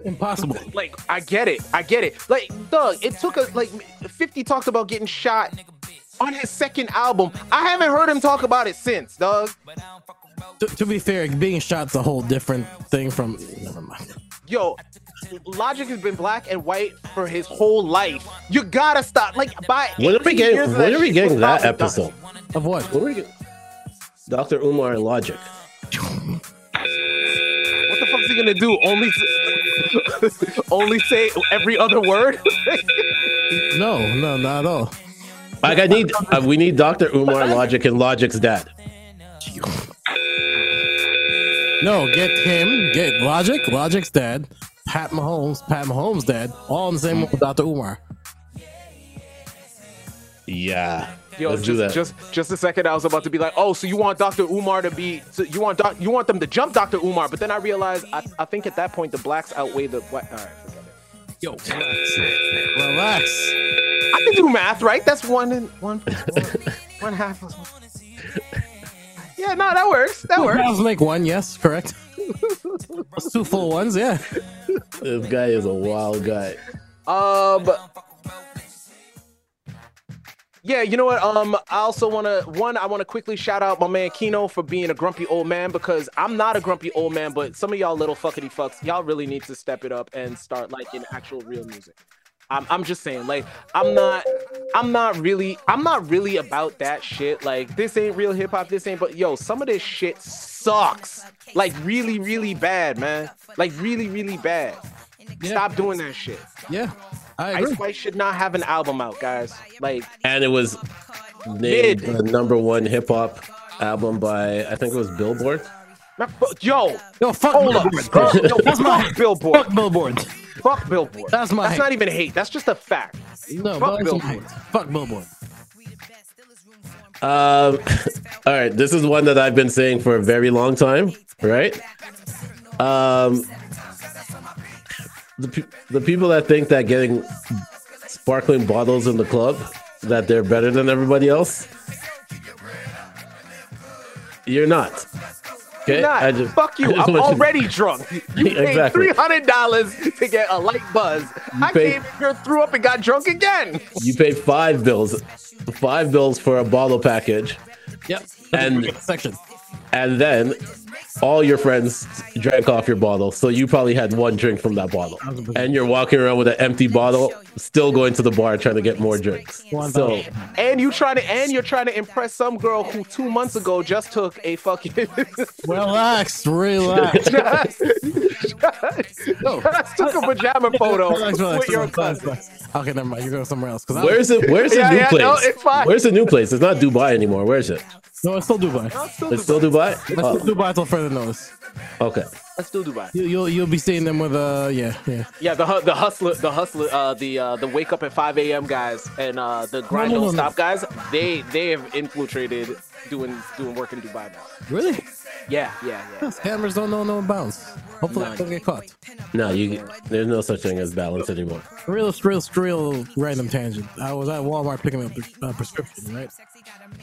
Speaker 1: Impossible.
Speaker 3: like i get it i get it like thug it took a like 50 talked about getting shot on his second album i haven't heard him talk about it since dog
Speaker 1: To, to be fair, being shot's a whole different thing from never mind.
Speaker 3: yo logic has been black and white for his whole life you gotta stop like by
Speaker 2: When are we
Speaker 3: 18
Speaker 2: getting
Speaker 3: years of
Speaker 2: When are we
Speaker 3: shit
Speaker 2: getting
Speaker 3: was
Speaker 2: that
Speaker 3: probably done.
Speaker 2: episode?
Speaker 1: Of what?
Speaker 2: When are we get- Dr. Umar and Logic.
Speaker 3: What the fuck's he gonna do? Only, only say every other word. *laughs*
Speaker 1: No, no, not at all.
Speaker 2: Like I need, uh, we need Doctor Umar Logic and Logic's dad.
Speaker 1: No, get him, get Logic, Logic's dad, Pat Mahomes, Pat Mahomes' dad, all in the same room with Dr. Umar.
Speaker 2: Yeah,
Speaker 3: Yo,
Speaker 2: let's
Speaker 3: just,
Speaker 2: do that.
Speaker 3: just just a second. I was about to be like, oh, so you want Dr. Umar to be, so you want doc, you want them to jump Dr. Umar, but then I realized I, I think at that point the blacks outweigh the white. All right, forget it.
Speaker 1: Yo, relax. relax.
Speaker 3: I can do math, right? That's one and
Speaker 2: *laughs*
Speaker 3: one plus one, one half. Plus one. *laughs* Yeah, no, that works. That works.
Speaker 1: Let's make one, yes, correct. *laughs* That's two full ones, yeah.
Speaker 2: this guy is a wild guy.
Speaker 3: Um. Yeah, you know what? Um, I also want to one. I want to quickly shout out my man Kino for being a grumpy old man because I'm not a grumpy old man, but some of y'all little fuckity fucks, y'all really need to step it up and start liking actual real music. I'm, I'm just saying, like, I'm not, I'm not really, I'm not really about that shit. Like, this ain't real hip hop. This ain't, but yo, some of this shit sucks. Like, really, really bad, man. Like, really, really bad. Stop doing that shit.
Speaker 1: Yeah. I agree.
Speaker 3: Ice White should not have an album out, guys. Like,
Speaker 2: And it was named the number one hip hop album by I think it was Billboard.
Speaker 3: not- fu- yo,
Speaker 1: Yo, fuck
Speaker 3: hold up.
Speaker 1: Billboard.
Speaker 3: Fuck- yo, fuck Billboard.
Speaker 1: Fuck Billboard.
Speaker 3: Fuck Billboard.
Speaker 1: That's my
Speaker 3: That's not even hate. That's just a fact.
Speaker 1: No,
Speaker 3: Fuck
Speaker 1: but that's
Speaker 3: Billboard.
Speaker 1: my- Fuck Billboard.
Speaker 2: Um, *laughs* all right, this is one that I've been saying for a very long time, right? Um, the, pe- the people that think that getting sparkling bottles in the club that they're better than everybody else, you're not. Okay,
Speaker 3: Not.
Speaker 2: I just-
Speaker 3: fuck
Speaker 2: *laughs* I
Speaker 3: you.
Speaker 2: just
Speaker 3: I'm
Speaker 2: want you-
Speaker 3: already drunk. You paid
Speaker 2: Exactly.
Speaker 3: three hundred dollars to get a light buzz. I
Speaker 2: paid-
Speaker 3: came here, threw up, and got drunk again.
Speaker 2: You pay five bills, five bills for a bottle package,
Speaker 1: Yep.
Speaker 2: and
Speaker 1: Section.
Speaker 2: and then all your friends drank off your bottle, so you probably had one drink from that bottle, and you're walking around with an empty bottle, still going to the bar trying to get more drinks. So
Speaker 3: And you trying to, and you're trying to impress some girl who two months ago just took a fucking.
Speaker 1: Relax, relax.
Speaker 3: just, just took a pajama photo
Speaker 1: Relax, relax,
Speaker 3: with your
Speaker 1: relax, relax,
Speaker 3: cousin.
Speaker 1: relax. Okay, never mind. You're going somewhere else. Cause I-
Speaker 2: where's it? Where's the
Speaker 3: Yeah,
Speaker 2: new
Speaker 3: yeah,
Speaker 2: place?
Speaker 3: no, it's fine.
Speaker 2: Where's the new place? It's not Dubai anymore. Where is it?
Speaker 1: No, it's still Dubai.
Speaker 3: Let's do
Speaker 2: It's still Dubai.
Speaker 1: Let's
Speaker 2: Oh,
Speaker 1: do Dubai till further notice.
Speaker 2: okay.
Speaker 3: Let's do Dubai.
Speaker 1: You, you'll you'll be seeing them with uh yeah yeah.
Speaker 3: Yeah, the hu- the hustler, the hustler, uh, the uh, the wake up at 5 a.m. guys and uh, the grind
Speaker 1: No, no,
Speaker 3: don't
Speaker 1: no, no.
Speaker 3: stop guys. They they have infiltrated doing doing work in Dubai now.
Speaker 1: Really?
Speaker 3: Yeah, yeah, yeah.
Speaker 1: Yes, hammers don't know no bounds. Hopefully, I don't get caught.
Speaker 2: No, you. There's no such thing as balance anymore.
Speaker 1: Real, real, real random tangent. I was at Walmart picking up a uh, prescription, right?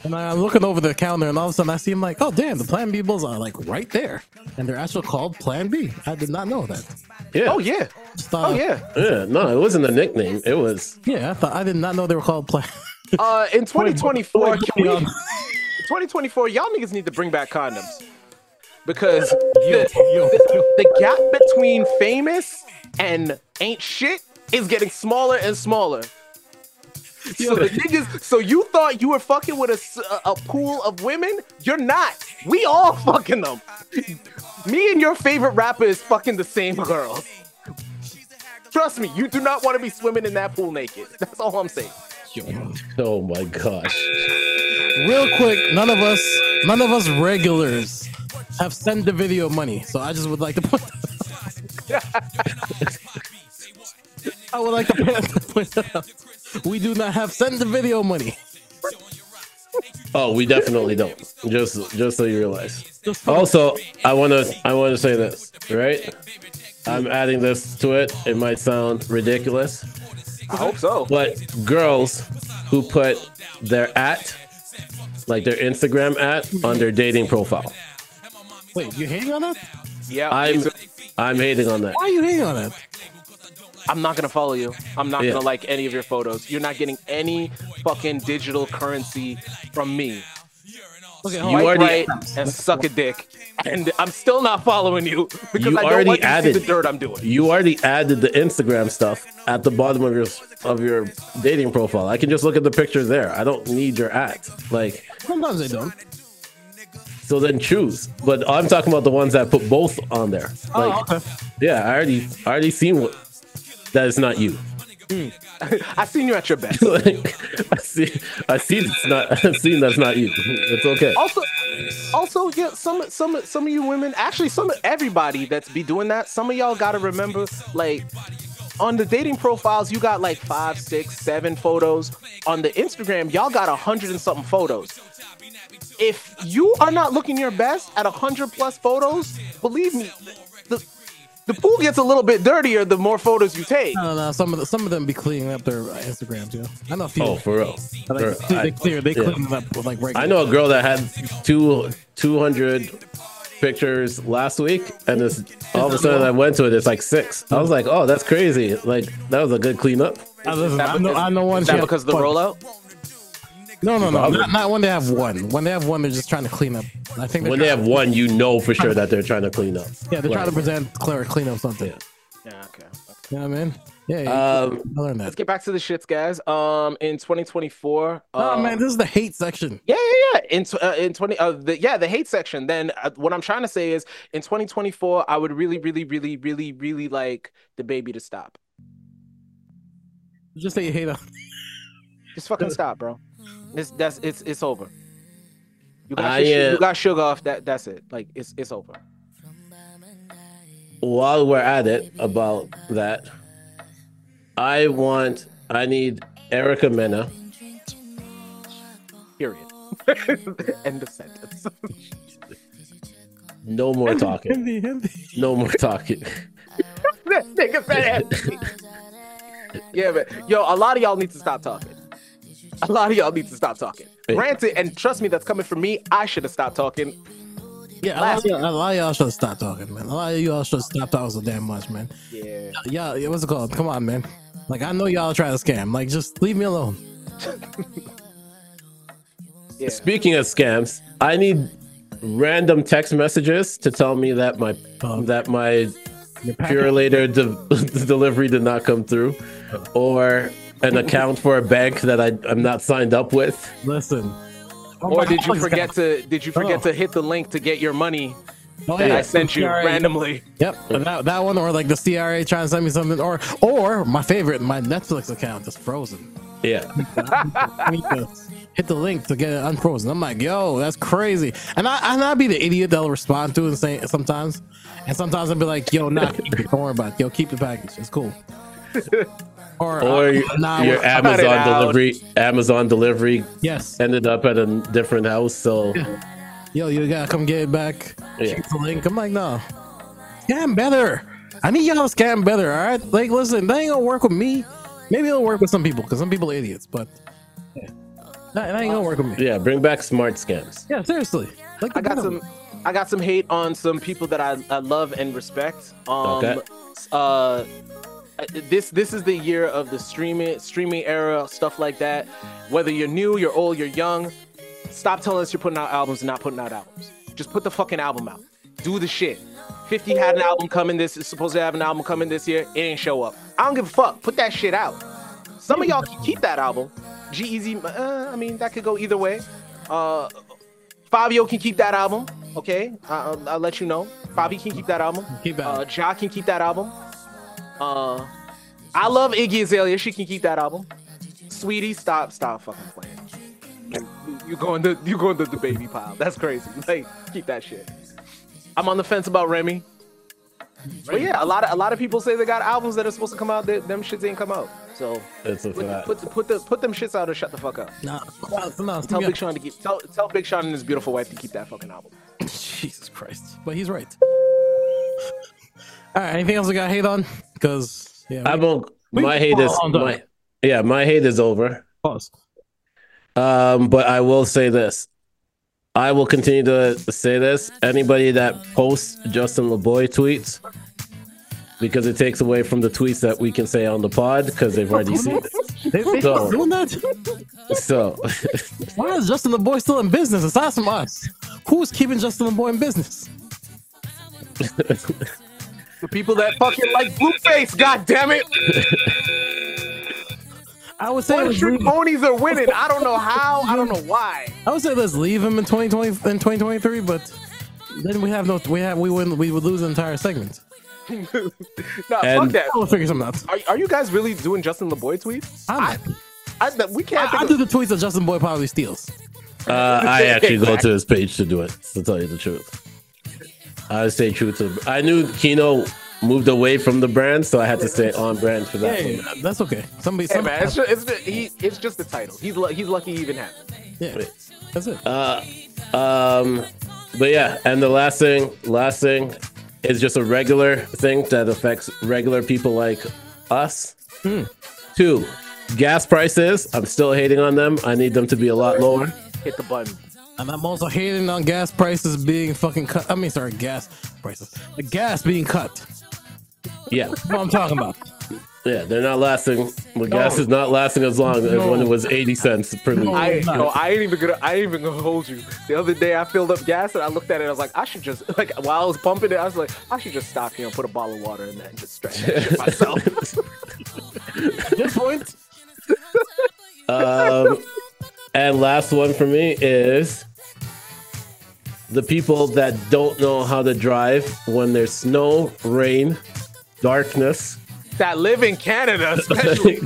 Speaker 1: And I'm looking over the counter, and all of a sudden I see him like, oh damn, the Plan B bills are like right there, and they're actually called Plan B. I did not know that.
Speaker 2: Yeah.
Speaker 3: Oh yeah,
Speaker 1: Just thought-
Speaker 3: oh yeah.
Speaker 2: Yeah. No, it wasn't a nickname. It was.
Speaker 1: yeah. I thought I did not know they were called Plan. *laughs*
Speaker 3: Uh, in 2024,
Speaker 1: Point-
Speaker 3: can we, *laughs*
Speaker 1: point-
Speaker 3: 2024, y'all niggas need to bring back condoms because
Speaker 1: Yo,
Speaker 3: the,
Speaker 1: yo, yo.
Speaker 3: the gap between famous and ain't shit is getting smaller and smaller. So the niggas, so you thought you were fucking with a, s- a- a pool of women? You're not. We all fucking them. Me and your favorite rapper is fucking the same girls. Trust me, you do not want to be swimming in that pool naked. That's all I'm saying.
Speaker 2: Oh my gosh.
Speaker 1: Real quick, none of us, none of us regulars have sent the video money, so I just would like to point. *laughs* I would like to point that out. We do not have send the video money.
Speaker 2: Oh, we definitely don't. Just just so you realize. Also, I wanna I wanna say this, right? I'm adding this to it. It might sound ridiculous,
Speaker 3: I hope so.
Speaker 2: but girls who put their at, like their Instagram at, on their dating profile.
Speaker 1: Wait, you hating on that?
Speaker 3: Yeah,
Speaker 2: I'm I'm hating on that.
Speaker 1: Why are you hating on that?
Speaker 3: I'm not gonna follow you. I'm not
Speaker 2: Yeah.
Speaker 3: gonna like any of your photos. You're not getting any fucking digital currency from me.
Speaker 1: Okay,
Speaker 3: You
Speaker 1: hold on.
Speaker 2: are- already-
Speaker 3: right and suck a dick, and I'm still not following you *laughs*
Speaker 2: You
Speaker 3: because I don't
Speaker 2: already
Speaker 3: want you to see
Speaker 2: added.
Speaker 3: the dirt I'm doing.
Speaker 2: You already added the Instagram stuff at the bottom of your of your dating profile. I can just look at the picture there. I don't need your at. Like
Speaker 1: Sometimes they don't.
Speaker 2: So then choose. But I'm talking about the ones that put both on there. Like,
Speaker 1: oh,
Speaker 2: *laughs*
Speaker 1: okay.
Speaker 2: yeah, I already, I already seen what, that it's not you. *laughs*
Speaker 3: I seen you at your best.
Speaker 2: like, I see, I see it's not, *laughs* I seen that's not you. It's okay.
Speaker 1: Oh,
Speaker 3: also also yeah some some some of you women actually some everybody that's be doing that some of y'all gotta remember like on the dating profiles you got like five six seven photos on the instagram y'all got a hundred and something photos if you are not looking your best at a hundred plus photos believe me the, the pool gets a little bit dirtier the more photos you take
Speaker 1: No, no, no. Some of the, some of them be cleaning up their uh, Instagrams. Yeah, I know a few.
Speaker 2: Oh, for real.
Speaker 1: But, like,
Speaker 2: For-
Speaker 1: they,
Speaker 2: I-
Speaker 1: clear. They
Speaker 2: yeah.
Speaker 1: clean it up with like regular.
Speaker 2: I know a girl that had two two hundred pictures last week, and this all of a sudden I went to it. It's like six. I was like, oh, that's crazy. Like that was a good cleanup.
Speaker 1: I, listen,
Speaker 3: that
Speaker 1: I know.
Speaker 3: because-
Speaker 1: I know one.
Speaker 3: is that
Speaker 1: she had
Speaker 3: because of the
Speaker 1: one.
Speaker 3: rollout
Speaker 1: No, no, no.
Speaker 2: Probably.
Speaker 1: Not, not when they have one. When they have one, they're just trying to clean up. I think they're
Speaker 2: When they
Speaker 1: trying-
Speaker 2: have one, you know for sure that they're trying to clean up.
Speaker 1: Yeah, they're trying to
Speaker 2: Like,
Speaker 1: present clear, clean up something.
Speaker 2: Yeah.
Speaker 3: yeah okay
Speaker 1: You know what I mean? Yeah. yeah.
Speaker 2: Um,
Speaker 1: I learned that.
Speaker 3: Uh, let's get back to the shits guys um in 2024
Speaker 1: Oh
Speaker 3: um,
Speaker 1: man, this is the hate section.
Speaker 3: Yeah, yeah, yeah. In tw- uh, in twenty, uh, the, yeah, the hate section. Then uh, what I'm trying to say is, in 2024, I would really, really, really, really, really like the baby to stop.
Speaker 1: Just say you hate on.
Speaker 3: Just fucking stop, bro. It's that's it's it's over. You
Speaker 2: Ah,
Speaker 3: got your, su-
Speaker 2: yeah.
Speaker 3: you got sugar off. That that's it. Like it's it's over.
Speaker 2: while we're at it about that, I want, I need Erica Mena.
Speaker 3: Period. *laughs* End of sentence. *laughs*
Speaker 1: *laughs*
Speaker 2: No more talking.
Speaker 1: Hindi, hindi.
Speaker 2: No more talking.
Speaker 3: Nigga said- *laughs* yeah, but yo, a lot of y'all need to stop talking. A lot of y'all need to stop talking.
Speaker 2: Yeah.
Speaker 3: Granted, and trust me, that's coming from me. I should have stopped talking
Speaker 1: Yeah, a lot, of
Speaker 3: Last-
Speaker 1: y'all, a lot of y'all should stop talking, man. A lot of y'all should stop talking so damn much, man.
Speaker 3: Yeah.
Speaker 1: Yeah, yeah, what's it called? Come on, man. Like I know y'all trying to scam. Like just leave me alone.
Speaker 3: Yeah.
Speaker 2: Speaking of scams, I need random text messages to tell me that my that my
Speaker 1: Your packet-
Speaker 2: Pure later de- *laughs* delivery did not come through, or
Speaker 1: *laughs*
Speaker 2: an account for a bank that I, I'm not signed up with.
Speaker 1: Listen. Oh,
Speaker 3: Or
Speaker 1: my
Speaker 3: did you
Speaker 1: God.
Speaker 3: forget to did you forget to hit the link to get your money
Speaker 1: Oh,
Speaker 3: that
Speaker 1: yeah.
Speaker 3: I sent you
Speaker 1: CRA.
Speaker 3: randomly?
Speaker 1: Yep, that, that one, or like the CRA trying to send me something, or or my favorite, my Netflix account is frozen.
Speaker 2: Yeah,
Speaker 1: I need
Speaker 3: *laughs*
Speaker 1: to hit the link to get it unfrozen. I'm like, yo, that's crazy. And I and I'd be the idiot that'll respond to it and say sometimes, and sometimes I'll be like, yo, nah, keep it. don't worry about it. Yo, keep the package. It's
Speaker 3: *laughs*
Speaker 1: cool. Or,
Speaker 2: or
Speaker 1: uh,
Speaker 2: your,
Speaker 1: nah,
Speaker 2: your
Speaker 1: we're-
Speaker 3: cut it
Speaker 2: Amazon
Speaker 3: out.
Speaker 2: delivery Amazon delivery
Speaker 1: yes,
Speaker 2: ended up at a different house.
Speaker 1: *laughs*
Speaker 2: So
Speaker 1: yo, you gotta come get it back.
Speaker 2: Yeah.
Speaker 1: Keep the link. I'm like, no, scam better. I need y'all to scam better. All right, like, listen, that ain't gonna work with me. Maybe it'll work with some people because some people are idiots, but yeah. that, that ain't gonna work with me.
Speaker 2: yeah, bring back smart scams.
Speaker 1: Yeah, seriously. Like the
Speaker 3: I got
Speaker 1: better
Speaker 3: some I got some hate on some people that I, I love and respect. Um
Speaker 2: Okay.
Speaker 3: uh this this is the year of the streaming streaming era, stuff like that. Whether you're new, you're old, you're young, stop telling us you're putting out albums and not putting out albums. Just put the fucking album out. Do the shit. 50 had an album coming this is supposed to have an album coming this year. It didn't show up. I don't give a fuck. Put that shit out. Some of y'all can keep that album. G Easy, uh, I mean, that could go either way. Uh, Fabio can keep that album. Okay, I- um, I'll, I'll let you know. Fabi can keep that album.
Speaker 1: Keep that.
Speaker 3: Uh, Ja can keep that album. Uh, I love Iggy Azalea. She can keep that album. Sweetie, stop, stop fucking playing. You- You going to you going to the baby pile? That's crazy. *laughs* Like, keep that shit. I'm on the fence about Remy. But yeah, a lot of a lot of people say they got albums that are supposed to come out. That them shits ain't come out. So
Speaker 2: That's a
Speaker 3: put the,
Speaker 2: fact.
Speaker 3: put the, put the put them shits out or shut the fuck up.
Speaker 1: Nah, nah, nah,
Speaker 3: Tell
Speaker 1: yeah.
Speaker 3: Big Sean to keep tell tell Big Sean and his beautiful wife to keep that fucking album.
Speaker 1: *laughs* Jesus Christ. But he's right. All right, anything else we got hate on? Because yeah,
Speaker 2: I
Speaker 1: we-
Speaker 2: won't.
Speaker 1: we-
Speaker 2: My hate is
Speaker 1: hold on.
Speaker 2: my yeah. My hate is over.
Speaker 1: pause.
Speaker 2: Um, but I will say this. I will continue to say this. Anybody that posts Justin LeBoy tweets, because it takes away from the tweets that we can say on the pod, because
Speaker 1: *laughs*
Speaker 2: they've already seen it.
Speaker 1: They, they
Speaker 2: So-
Speaker 1: keep doing that?
Speaker 2: So, *laughs*
Speaker 1: Why is Justin the boy still in business aside from us? Who's keeping Justin the boy in business?
Speaker 3: The people that fucking like Blueface, god damn it.
Speaker 1: I would say let's
Speaker 3: Trick
Speaker 1: leave-
Speaker 3: ponies are winning. I don't know how. I don't know why.
Speaker 1: I would say let's leave him in 2020 in 2023, but then we have no we have we wouldn't we would lose an entire segment.
Speaker 3: Nah, fuck
Speaker 2: And-
Speaker 3: that.
Speaker 1: We'll figure something out.
Speaker 3: Are, are you guys really doing Justin LeBoy tweets?
Speaker 1: I,
Speaker 3: I, we can't.
Speaker 1: I, I
Speaker 3: think
Speaker 1: do the tweets that Justin Boy probably steals.
Speaker 2: Uh, I actually go to his page to do it. To tell you the truth, I stay true to. I knew Kino moved away from the brand, so I had to stay on brand for that.
Speaker 1: Hey,
Speaker 2: one.
Speaker 1: that's okay. Somebody,
Speaker 3: Hey
Speaker 1: some,
Speaker 3: man, it's just, it's, just, he, it's just the title. He's lu- he's lucky he even had it.
Speaker 1: yeah, that's it.
Speaker 3: Uh,
Speaker 2: Um, but yeah, and the last thing, last thing, is just a regular thing that affects regular people like us.
Speaker 3: Hmm.
Speaker 2: Two, gas prices. I'm still hating on them. I need them to be a lot lower.
Speaker 3: Hit the button.
Speaker 1: And I'm also hating on gas prices being fucking cut. I mean, sorry, gas prices. The gas being cut. That's
Speaker 2: Yeah,
Speaker 1: what I'm talking *laughs* about.
Speaker 2: yeah, they're not lasting. The gas is not lasting as long as when it was 80 cents per liter.
Speaker 3: I
Speaker 1: nice.
Speaker 3: yo, I ain't even gonna I ain't even gonna hold you. The other day I filled up gas and I looked at it. I was like, I should just *laughs* like while I was pumping it, I was like, I should just stop here and put a bottle of water in that and just stretch that *laughs* shit myself.
Speaker 1: At this point,
Speaker 2: Um, and last one for me is the people that don't know how to drive when there's snow, rain, darkness. *laughs*
Speaker 3: that live in Canada, especially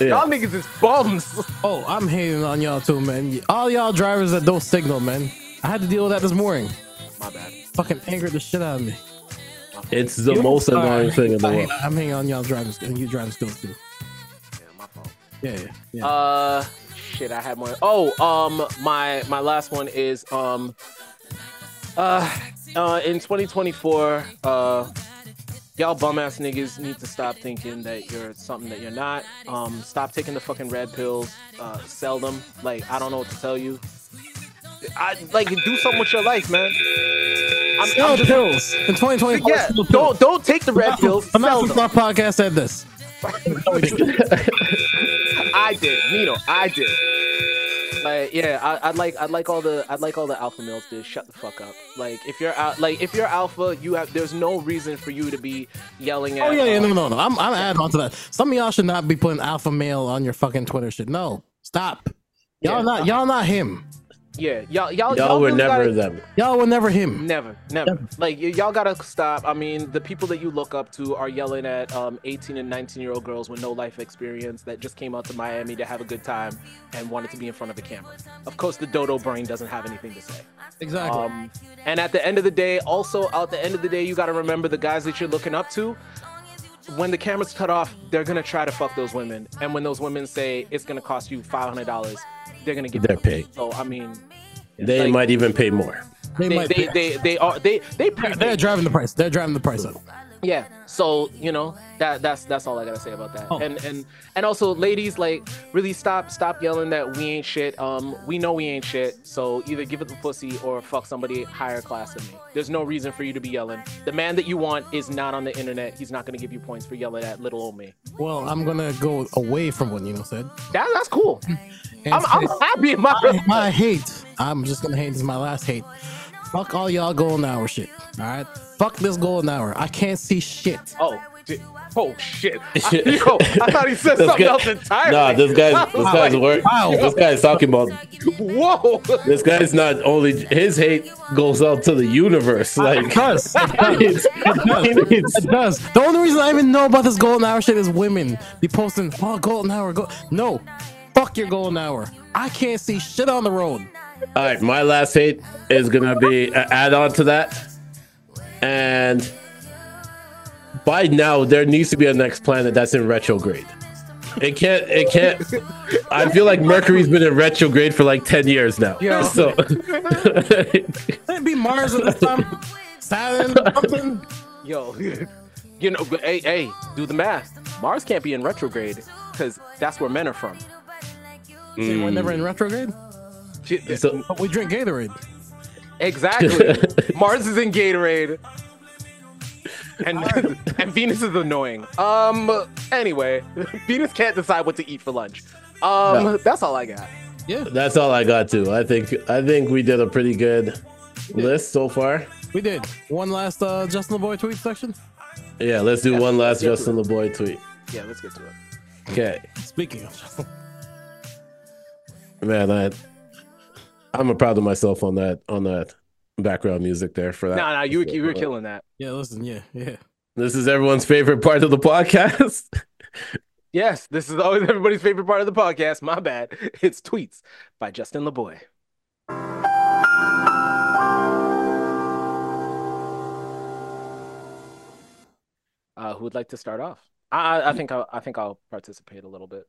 Speaker 2: Yeah.
Speaker 3: y'all niggas is bums.
Speaker 1: oh, I'm hating on y'all too, man. All y'all drivers that don't signal, man. I had to deal with that this morning.
Speaker 3: My bad.
Speaker 1: Fucking angered the shit out of me.
Speaker 2: It's the most annoying thing in the
Speaker 1: I hate-
Speaker 2: world.
Speaker 1: I'm hating on y'all drivers and you drivers still too.
Speaker 3: Yeah, my fault.
Speaker 1: Yeah, yeah. yeah.
Speaker 3: Uh, shit, I had my. Oh, um, my my last one is um, uh, uh, in 2024, uh, y'all bum ass niggas need to stop thinking that you're something that you're not. Um, stop taking the fucking red pills. Uh, sell them. Like I don't know what to tell you. I like do something with your life, man. I'm,
Speaker 1: Sell
Speaker 3: I'm just,
Speaker 1: pills in 2024.
Speaker 3: yeah,
Speaker 1: sell pills.
Speaker 3: don't don't take the red pills. Sell
Speaker 1: Financial
Speaker 3: them.
Speaker 1: Stuff podcast said this.
Speaker 3: I did, Nino. I did. Like, yeah, I, I'd like, I'd like all the, I'd like all the alpha males to shut the fuck up. Like, if you're out, like, if you're alpha, you have, there's no reason for you to be yelling at.
Speaker 1: Oh yeah, yeah,
Speaker 3: uh,
Speaker 1: no, no, no. I'm, I'm adding on to that. Some of y'all should not be putting alpha male on your fucking Twitter shit. No, stop. Y'all
Speaker 3: Yeah.
Speaker 1: not, y'all not him.
Speaker 3: yeah, y'all, y'all,
Speaker 2: Y'all were
Speaker 3: just
Speaker 2: never
Speaker 3: gotta-
Speaker 2: them.
Speaker 1: Y'all were never him.
Speaker 3: Never, never. Like y- y'all gotta stop. I mean, the people that you look up to are yelling at um, 18 and 19 year old girls with no life experience that just came out to Miami to have a good time and wanted to be in front of a camera. Of course, the dodo brain doesn't have anything to say.
Speaker 1: Exactly.
Speaker 3: Um, and at the end of the day, also at the end of the day, you got to remember the guys that you're looking up to. When the camera's cut off, they're gonna try to fuck those women, and when those women say it's gonna cost you five hundred dollars, they're gonna get
Speaker 2: They're
Speaker 3: it.
Speaker 2: paid.
Speaker 3: So I mean,
Speaker 2: They
Speaker 3: Like-
Speaker 2: might even pay more.
Speaker 1: they,
Speaker 3: they
Speaker 1: might.
Speaker 3: they,
Speaker 1: They,
Speaker 3: they, they are they they
Speaker 1: are
Speaker 3: prepaid.
Speaker 1: driving the price. They're driving the price up.
Speaker 3: yeah. So you know that that's that's all I gotta say about that.
Speaker 1: Oh.
Speaker 3: And and and also, ladies, like really stop stop yelling that we ain't shit. Um, we know we ain't shit. So either give it the pussy or fuck somebody higher class than me. There's no reason for you to be yelling. The man that you want is not on the internet. He's not gonna give you points for yelling at little old me.
Speaker 1: Well, I'm gonna go away from what Nino said.
Speaker 3: That that's cool.
Speaker 1: and
Speaker 3: I'm
Speaker 1: *laughs*
Speaker 3: I'm
Speaker 1: say-
Speaker 3: happy in my.
Speaker 1: my, my hate. I'm just gonna hate. This is my last hate. Fuck all y'all golden hour shit. All right. Fuck this golden hour. I can't see shit.
Speaker 3: Oh. di- Oh shit! I, *laughs* yo, I thought he said
Speaker 2: This
Speaker 3: something
Speaker 2: guy-
Speaker 3: else entirely.
Speaker 2: Nah, this
Speaker 3: *laughs*
Speaker 2: guy's this guy's work.
Speaker 1: Wow.
Speaker 2: This guy's talking about.
Speaker 3: Whoa! *laughs*
Speaker 2: This guy's not only his hate goes out to the universe. Like
Speaker 1: *laughs* does.
Speaker 2: it's- it's-
Speaker 1: It does. The only reason I even know about this golden hour shit is women be posting, oh, golden hour, go. No, fuck your golden hour. I can't see shit on the road.
Speaker 2: All right, my last hate is gonna be an add-on to that, and by now there needs to be a next planet that's in retrograde. It can't. It can't. I feel like Mercury's been in retrograde for like ten years now.
Speaker 1: Yeah.
Speaker 2: *laughs* So
Speaker 1: Can't be Mars in the sun, Saturn, something.
Speaker 3: Yo, *laughs* you know, but hey, hey, do the math. Mars can't be in retrograde because that's where men are from.
Speaker 1: See, We're never in retrograde,
Speaker 3: Shit,
Speaker 2: so
Speaker 1: but we drink Gatorade.
Speaker 3: *laughs*
Speaker 2: *laughs*
Speaker 3: Exactly. Mars is in Gatorade. And, *laughs* and Venus is annoying. Um. Anyway, *laughs* Venus can't decide what to eat for lunch. Um.
Speaker 2: No.
Speaker 3: That's all I got.
Speaker 2: that's all I got to. I think I think we did a pretty good list so far.
Speaker 1: We did. One last uh, Justin LeBoy tweet section.
Speaker 2: Yeah, let's do one last Justin LeBoy tweet.
Speaker 3: Yeah, let's get to it.
Speaker 2: Okay,
Speaker 1: Speaking of,
Speaker 2: man, I, I'm proud of myself on that on that background music there for that.
Speaker 3: No, no, you were, you were killing that.
Speaker 1: yeah, listen, yeah, yeah.
Speaker 2: This is everyone's favorite part of the podcast. *laughs*
Speaker 3: Yes, this is always everybody's favorite part of the podcast. My bad. *laughs* It's tweets by Justin LeBoy. Uh, who would like to start off? I, I- I think I'll, I think I'll participate a little bit.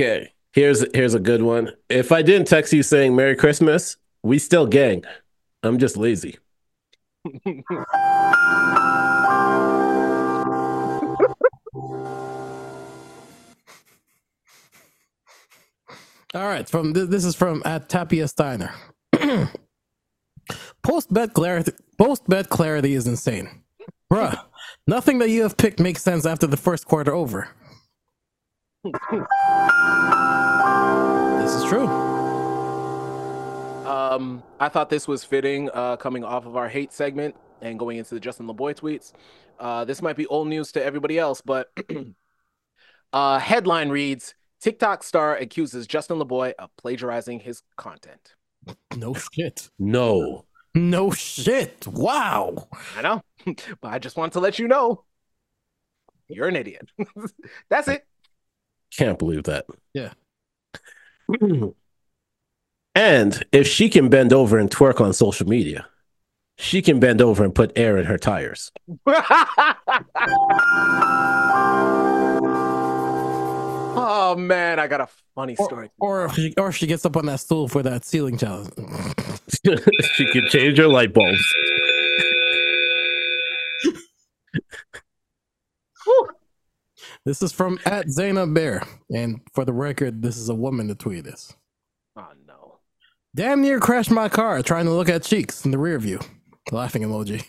Speaker 2: Okay, here's here's a good one. If I didn't text you saying Merry Christmas, we still gang. I'm just lazy.
Speaker 1: All right, from th- this is from at Tapia Steiner. *clears throat* post bet clarity, post bet clarity is insane, bruh. nothing that you have picked makes sense after the first quarter over. this is true.
Speaker 3: Um, I thought this was fitting uh, coming off of our hate segment and going into the Justin LeBoy tweets. Uh, this might be old news to everybody else, but *clears throat* uh, headline reads TikTok star accuses Justin LeBoy of plagiarizing his content.
Speaker 1: No shit.
Speaker 2: No.
Speaker 1: No shit. Wow.
Speaker 3: I know, *laughs* but I just want to let you know you're an idiot. *laughs* That's it. *laughs*
Speaker 2: Can't believe that.
Speaker 1: Yeah.
Speaker 2: *clears throat* and if she can bend over and twerk on social media, she can bend over and put air in her tires. *laughs*
Speaker 3: oh man, I got a funny story.
Speaker 1: Or if she, or if she gets up on that stool for that ceiling challenge. *laughs*
Speaker 2: she can change her light bulbs.
Speaker 1: This is from at Zaina Bear, and for the record, this is a woman that tweeted this.
Speaker 3: Oh no.
Speaker 1: Damn near crashed my car trying to look at cheeks in the rear view. Laughing emoji.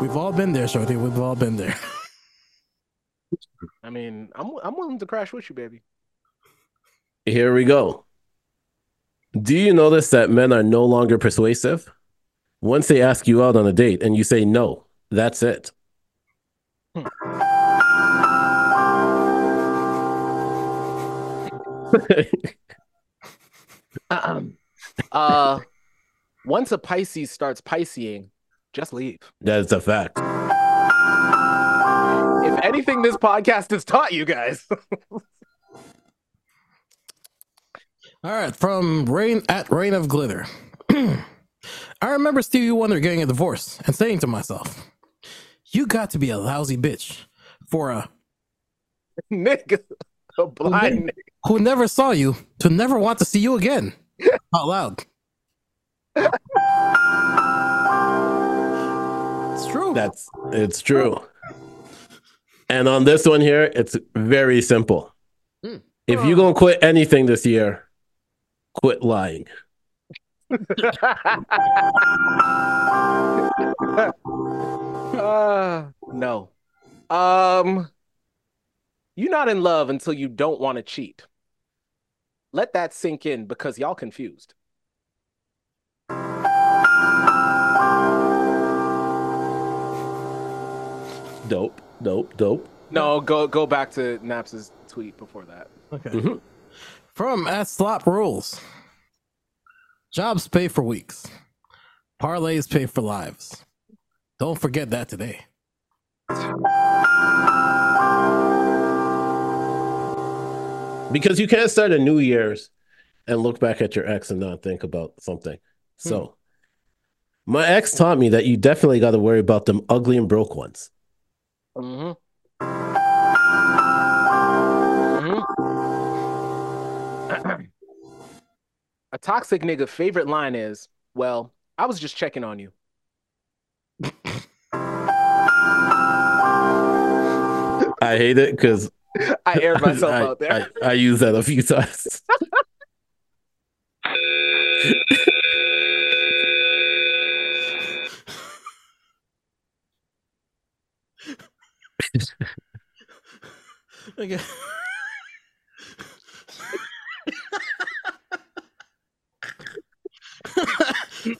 Speaker 1: We've all been there, Shorty. We've all been there.
Speaker 3: I mean, I'm I'm willing to crash with you, baby.
Speaker 2: Here we go. Do you notice that men are no longer persuasive? Once they ask you out on a date and you say no, that's it.
Speaker 3: Um, *laughs* uh, once a Pisces starts Pisceing, just leave.
Speaker 2: That's a fact.
Speaker 3: If anything, this podcast has taught you guys. *laughs*
Speaker 1: All right, from Rain at Rain of Glitter. *clears throat* I remember Stevie Wonder getting a divorce and saying to myself, You got to be a lousy bitch for a
Speaker 3: Nigga, a
Speaker 2: *laughs*
Speaker 3: blind
Speaker 1: who never saw you to never want to see you again. Out loud. it's true.
Speaker 2: That's it's true. And on this one here, it's very simple.
Speaker 1: Hmm.
Speaker 2: If you gonna quit anything this year, quit lying.
Speaker 3: nigga. uh, no. Um, you're not in love until you don't want to cheat. Let that sink in because y'all confused.
Speaker 2: Dope, dope, dope.
Speaker 3: No, go go back to Naps's tweet before that.
Speaker 1: okay.
Speaker 2: Mhm.
Speaker 1: From at Slop Rules. Jobs pay for weeks. Parlays pay for lives. Don't forget that today.
Speaker 2: Because you can't start a new year's and look back at your ex and not think about something. So
Speaker 3: Hmm.
Speaker 2: my ex taught me that you definitely gotta worry about them ugly and broke ones.
Speaker 3: Mm-hmm. Mm-hmm. *clears throat* A toxic nigga favorite line is, "Well, I was just checking on you."
Speaker 2: I hate it because
Speaker 3: I aired
Speaker 2: *laughs*
Speaker 3: myself
Speaker 2: I,
Speaker 3: out there.
Speaker 2: I, I use that a few
Speaker 3: *laughs*
Speaker 2: times.
Speaker 1: Okay.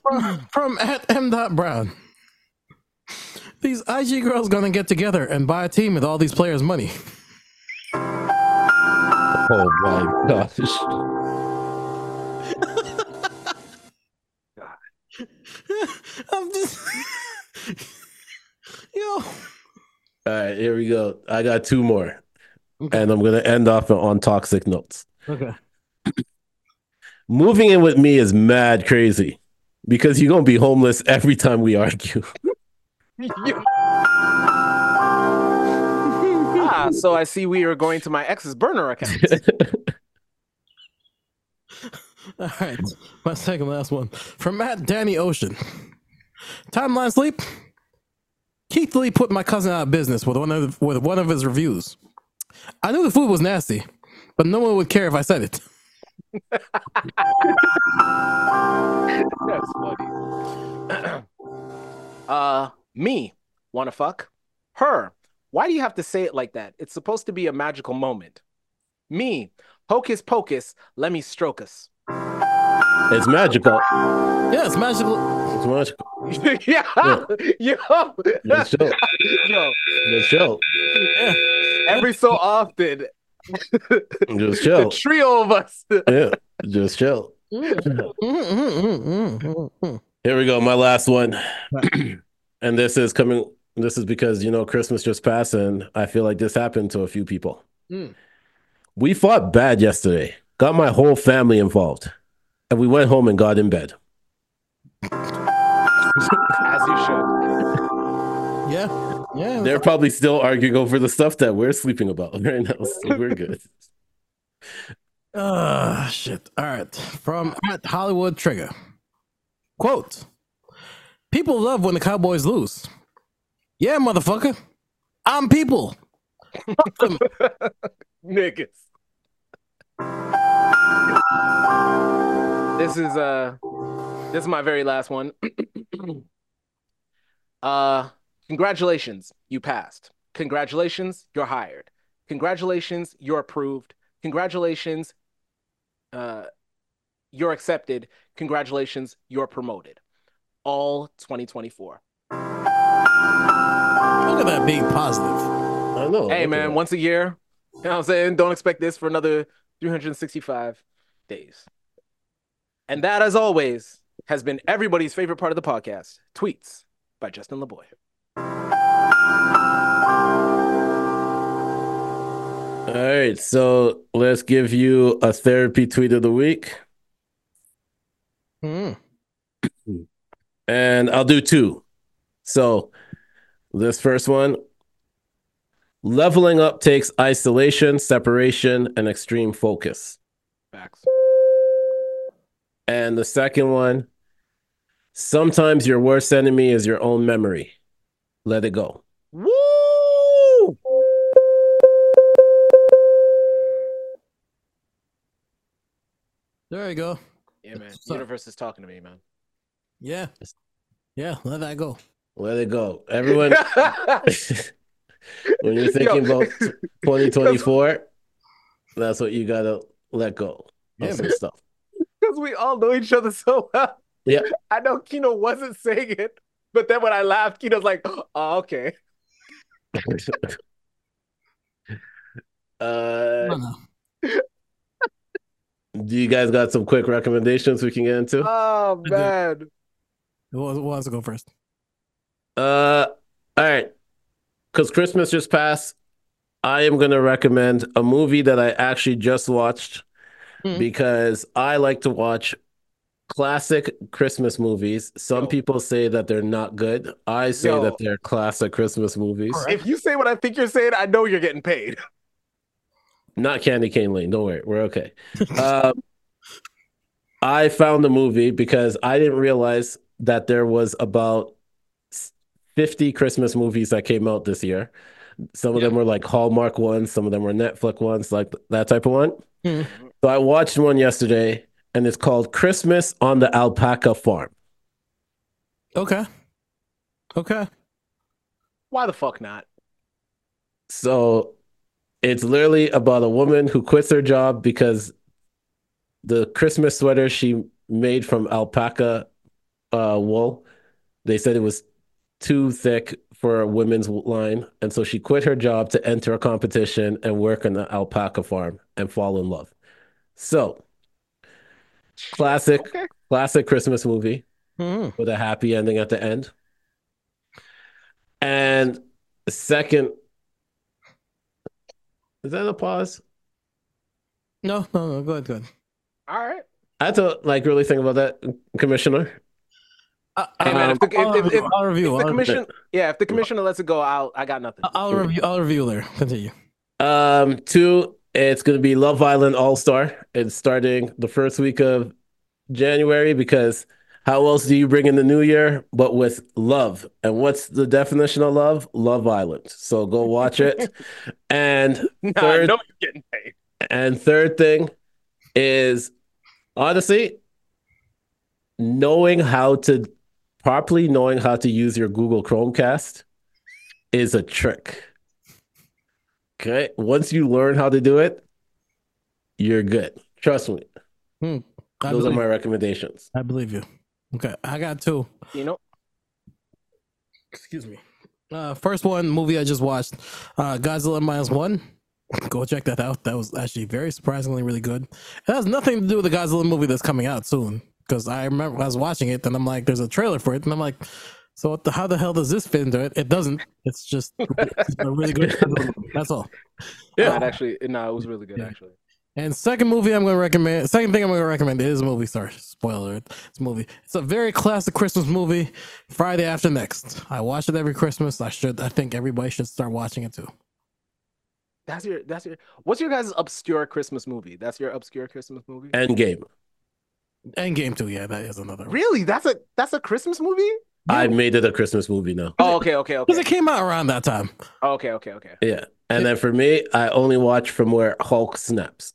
Speaker 1: from, from at m dot brown These IG girls gonna get together and buy a team with all these players' money.
Speaker 2: Oh my gosh.
Speaker 1: *laughs* I'm just, *laughs* yo,
Speaker 2: All right, here we go. I got two more, and I'm gonna end off on toxic notes.
Speaker 1: okay.
Speaker 2: Moving in with me is mad crazy because you're gonna be homeless every time we argue.
Speaker 3: ah, so I see we are going to my ex's
Speaker 2: *laughs*
Speaker 3: burner account.
Speaker 1: All right, my second last one from Matt Danny Ocean. Timeline sleep. Keith Lee put my cousin out of business with one of with one of his reviews. I knew the food was nasty, but no one would care if I said it.
Speaker 3: That's funny. *clears throat* uh, me want to fuck her. Why do you have to say it like that? It's supposed to be a magical moment. Me, hocus pocus, let me stroke us.
Speaker 2: It's magical.
Speaker 1: Yeah, it's magical.
Speaker 2: It's magical.
Speaker 3: *laughs* yeah, yo,
Speaker 2: Let's chill.
Speaker 3: yo.
Speaker 2: Let's chill.
Speaker 3: Every so often,
Speaker 2: Just
Speaker 3: the
Speaker 2: chill.
Speaker 3: trio of us.
Speaker 2: Yeah, just chill.
Speaker 1: Mm, mm, mm, mm, mm, mm.
Speaker 2: Here we go. My last one. *clears throat* and this is coming. This is because, you know, Christmas just passed and I feel like this happened to a few people.
Speaker 1: Mm.
Speaker 2: We fought bad yesterday, got my whole family involved, and we went home and got in bed.
Speaker 3: As you should.
Speaker 1: mm-hmm. Yeah, yeah.
Speaker 2: They're probably still arguing over the stuff that we're sleeping about *laughs* right now. So we're good.
Speaker 1: Ah, shit. All right. From at Hollywood Trigger. Quote People love when the Cowboys lose. Yeah, motherfucker. I'm people. Fuck them.
Speaker 3: Niggas. This is uh this is my very last one. *clears throat* uh congratulations, you passed. Congratulations, you're hired. Congratulations, you're approved. Congratulations, uh you're accepted. Congratulations, you're promoted. All 2024.
Speaker 1: Look at that being positive.
Speaker 2: I know.
Speaker 3: hey man, once a year, you know what I'm saying? Don't expect this for another 365 days. And that, as always, has been everybody's favorite part of the podcast tweets by Justin LeBoy.
Speaker 2: All right. So let's give you a therapy tweet of the week.
Speaker 1: Mm.
Speaker 2: And I'll do two. So this first one leveling up takes isolation, separation, and extreme focus.
Speaker 3: Facts.
Speaker 2: And the second one sometimes your worst enemy is your own memory. Let it go.
Speaker 3: Woo!
Speaker 1: There you go.
Speaker 3: Yeah, man.
Speaker 1: So-
Speaker 3: Universe is talking to me, man.
Speaker 1: Yeah. Yeah, let that go.
Speaker 2: Let it go. Everyone,
Speaker 3: *laughs*
Speaker 2: when you're thinking
Speaker 3: Yo. *laughs*
Speaker 2: about *laughs* 2024, that's what you got to let go of
Speaker 1: Yeah,
Speaker 2: some stuff.
Speaker 3: Because we all know each other so well.
Speaker 2: Yeah.
Speaker 3: I know Kino wasn't saying it, but then when I laughed, Kino's like, oh, okay.
Speaker 2: Uh,
Speaker 1: No, no.
Speaker 2: do you guys got some quick recommendations we can get into?
Speaker 3: Oh, man.
Speaker 1: Who wants- who wants to go first?
Speaker 2: Uh, all right. Because Christmas just passed, I am going to recommend a movie that I actually just watched
Speaker 1: Hmm.
Speaker 2: because I like to watch classic Christmas movies. Some
Speaker 3: Yo.
Speaker 2: people say that they're not good. I say
Speaker 3: Yo.
Speaker 2: that they're classic Christmas movies.
Speaker 3: If you say what I think you're saying, I know you're getting paid.
Speaker 2: Not Candy Cane Lane. Don't worry. We're okay. um, I found the movie because I didn't realize that there was about s- 50 Christmas movies that came out this year. Some of them were like Hallmark ones, some of them were Netflix ones, like th- that type of one.
Speaker 1: Mhm.
Speaker 2: So I watched one yesterday and it's called Christmas on the Alpaca Farm.
Speaker 1: Okay. Okay.
Speaker 3: Why the fuck not?
Speaker 2: So it's literally about a woman who quits her job because the Christmas sweater she made from alpaca uh, wool, they said it was too thick for a women's line, and so she quit her job to enter a competition and work on the alpaca farm and fall in love. So, classic,
Speaker 3: Okay.
Speaker 2: classic Christmas movie
Speaker 1: Mhm.
Speaker 2: with a happy ending at the end. And second, is that a pause?
Speaker 1: No, no, no. Go ahead, go ahead.
Speaker 3: All right.
Speaker 2: I had to like really think about that, Commissioner.
Speaker 1: I,
Speaker 3: Hey, man, if the-
Speaker 1: I'll,
Speaker 3: if- if-
Speaker 1: review, I'll review.
Speaker 3: If the
Speaker 1: I'll, review.
Speaker 3: commission, yeah, if the commissioner lets it go, I'll, I got nothing.
Speaker 1: I'll review. I'll review there. Continue.
Speaker 2: Um, two, it's gonna be Love Island All Star. It's starting the first week of January because how else do you bring in the new year but with love? And what's the definition of love? Love Island. So go watch it. and
Speaker 3: Nah,
Speaker 2: Third-
Speaker 3: no, you're getting paid.
Speaker 2: And third thing is honestly knowing how to properly knowing how to use your Google Chromecast is a trick. Okay? Once you learn how to do it, you're good. Trust me.
Speaker 1: I
Speaker 2: Those are
Speaker 1: believe,
Speaker 2: my recommendations.
Speaker 1: I believe you. Okay, I got two.
Speaker 3: You know,
Speaker 1: Excuse me. Uh, first one movie I just watched, uh, Godzilla minus one. Go check that out. That was actually very surprisingly really good. It has nothing to do with the Godzilla movie that's coming out soon. Because I remember I was watching it and I'm like, there's a trailer for it, and I'm like, so what the, how the hell does this fit into it? It doesn't. It's just a really good. Godzilla movie. That's all.
Speaker 2: Yeah.
Speaker 3: nah, it actually, no, it was really good
Speaker 1: Yeah.
Speaker 3: actually.
Speaker 1: And second movie I'm going to recommend, second thing I'm going to recommend is a movie. Sorry, spoiler. alert. It's a movie. It's a very classic Christmas movie. Friday After Next. I watch it every Christmas. I should. I think everybody should start watching it too.
Speaker 3: That's your, that's your. What's your guys' obscure Christmas movie? That's your obscure Christmas movie.
Speaker 2: Endgame.
Speaker 1: And Game Two. Yeah, that is another. one.
Speaker 3: Really, that's a that's a Christmas movie.
Speaker 2: I made it a Christmas movie now.
Speaker 3: Oh, okay, okay,
Speaker 1: Because
Speaker 3: okay,
Speaker 1: it came out around that time.
Speaker 3: okay, okay, okay.
Speaker 2: Yeah. And then for me, I only watch from where Hulk snaps.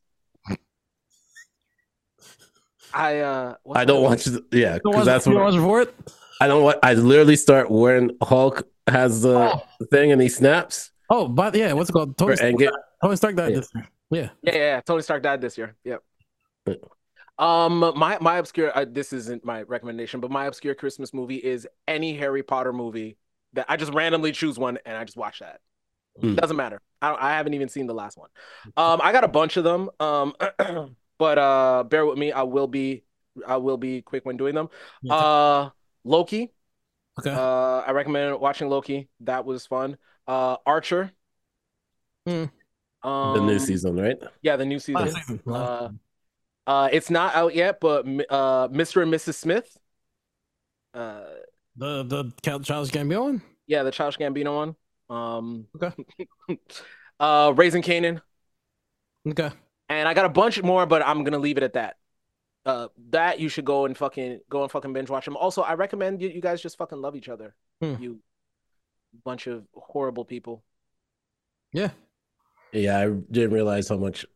Speaker 3: I uh, what's
Speaker 2: I don't
Speaker 3: that-
Speaker 2: watch, the- yeah,
Speaker 1: You
Speaker 2: because that's
Speaker 1: you
Speaker 2: what.
Speaker 1: watch it for it.
Speaker 2: I don't want. I literally start when Hulk has the thing and he snaps
Speaker 1: Oh, but yeah, what's it called? Tony
Speaker 2: for
Speaker 1: Stark.
Speaker 2: Endgame.
Speaker 1: Tony Stark died
Speaker 2: Yeah.
Speaker 1: this year. Yeah.
Speaker 3: Yeah, yeah, yeah. Tony Stark died this year. Yep.
Speaker 2: Yeah.
Speaker 3: Um, my my obscure. Uh, this isn't my recommendation, but my obscure Christmas movie is any Harry Potter movie that I just randomly choose one and I just watch that.
Speaker 2: Hmm.
Speaker 3: Doesn't matter. I don't, I haven't even seen the last one. Um, I got a bunch of them. Um, *clears throat* but uh, bear with me. I will be I will be quick when doing them.
Speaker 1: Yeah.
Speaker 3: Uh, Loki.
Speaker 1: Okay.
Speaker 3: Uh, I recommend watching Loki. That was fun. Uh, Archer.
Speaker 1: Hmm.
Speaker 2: The new
Speaker 3: Um,
Speaker 2: season, right?
Speaker 3: Yeah, the new
Speaker 1: Last
Speaker 3: season.
Speaker 1: season. Last-
Speaker 3: Uh, uh, it's not out yet, but m- uh, Mr. and Mrs. Smith. Uh,
Speaker 1: the the Cal- Charles Gambino one.
Speaker 3: yeah, the Childish Gambino one. Um,
Speaker 1: Okay.
Speaker 3: *laughs* uh, Raising Canaan,
Speaker 1: Okay.
Speaker 3: and I got a bunch more, but I'm gonna leave it at that. Uh, that you should go and fucking go and fucking binge watch them. Also, I recommend you, you guys just fucking love each other.
Speaker 1: Hmm.
Speaker 3: You bunch of horrible people.
Speaker 1: Yeah.
Speaker 2: Yeah, I didn't realize how much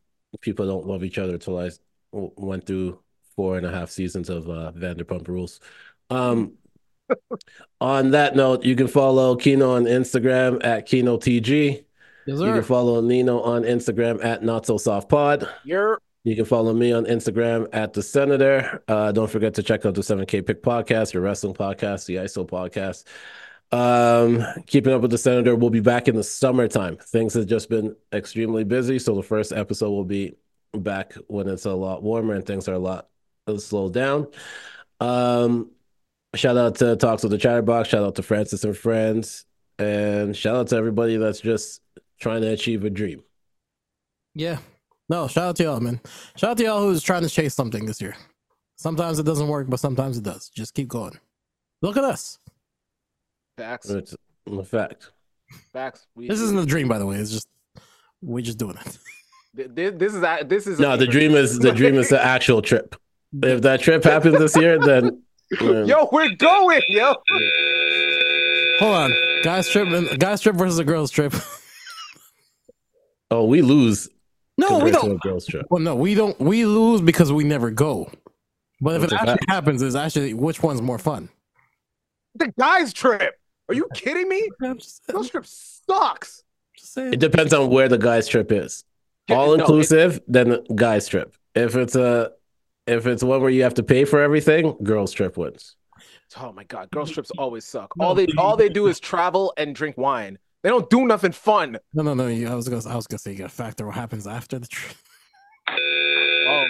Speaker 2: people don't love each other until I s- w- went through four and a half seasons of uh, Vanderpump Rules.
Speaker 1: *laughs*
Speaker 2: Um, on that note, you can follow Kino on Instagram at KinoTG.
Speaker 1: Yes,
Speaker 2: You can
Speaker 1: sir.
Speaker 2: follow Nino on Instagram at Not So Soft Pod.
Speaker 3: You're
Speaker 2: You can follow me on Instagram at the Senator. Uh, don't forget to check out the 7K Pick Podcast, your wrestling podcast, the ISO podcast. Um, keeping up with the Senator, we'll be back in the summertime. Things have just been extremely busy, so the first episode will be back when it's a lot warmer and things are a lot uh, slowed down. Um, shout out to Talks with the Chatterbox. Shout out to Francis and friends, and shout out to everybody that's just trying to achieve a dream.
Speaker 1: Yeah. No, shout out to y'all, man. Shout out to y'all who's trying to chase something this year. Sometimes it doesn't work, but sometimes it does. Just keep going. Look at us.
Speaker 3: facts.
Speaker 2: It's a fact.
Speaker 3: Facts. We,
Speaker 1: This isn't a dream, by the way. It's just we're just doing it.
Speaker 3: This, this is a- this is a
Speaker 2: No, the
Speaker 3: secret.
Speaker 2: dream is
Speaker 3: *laughs*
Speaker 2: the dream is the actual trip. If that trip happens this year, then um,
Speaker 3: Yo, we're going, yo.
Speaker 1: Hold on, guys trip and guys trip versus a girls trip.
Speaker 2: oh, we lose.
Speaker 1: No, we
Speaker 2: compared to a
Speaker 1: don't.
Speaker 2: girls trip.
Speaker 1: *laughs* Well, no, we don't. We lose because we never go. But if
Speaker 2: That's
Speaker 1: it
Speaker 2: a
Speaker 1: actually happens, it's actually which one's more fun.
Speaker 3: The guys trip. Are you kidding me?
Speaker 1: I'm just, I'm
Speaker 2: *laughs*
Speaker 3: Girls trip sucks.
Speaker 1: just saying.
Speaker 2: It depends on where the guys trip is. All
Speaker 3: No, it-
Speaker 2: inclusive, then guys trip. If it's a if it's one where you have to pay for everything, girls trip wins.
Speaker 3: Oh my god, girls
Speaker 1: *laughs*
Speaker 3: trips always suck. All they all they do is travel and drink wine. They don't do nothing fun.
Speaker 1: No, no, no. You, I was gonna, I was gonna say you gotta factor what happens after the trip.
Speaker 3: Oh.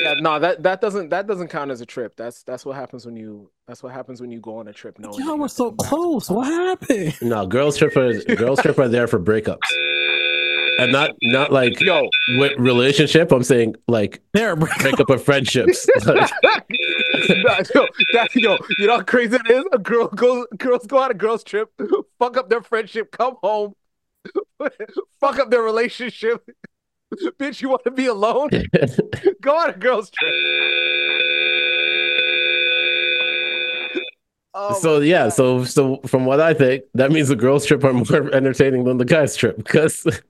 Speaker 3: Yeah, no, that, that doesn't that doesn't count as a trip. That's that's what happens when you that's what happens when you go on a trip. No,
Speaker 1: Y'all were so close. What happened?
Speaker 2: No, girls trip are girls trip are there for breakups, and not not like
Speaker 3: *laughs* yo, *laughs*
Speaker 2: with relationship. I'm saying like
Speaker 1: There, bro.
Speaker 2: breakup of friendships. *laughs*
Speaker 3: Nah, yo, that, yo, you know how crazy it is? A girl goes, girls go on a girls trip, fuck up their friendship, come home, *laughs* fuck up their relationship. *laughs* Bitch, you want to be alone? go on a girls trip. Oh my
Speaker 2: so yeah, so so from what I think, that means the girls trip are *laughs* more entertaining than the guys trip because *laughs*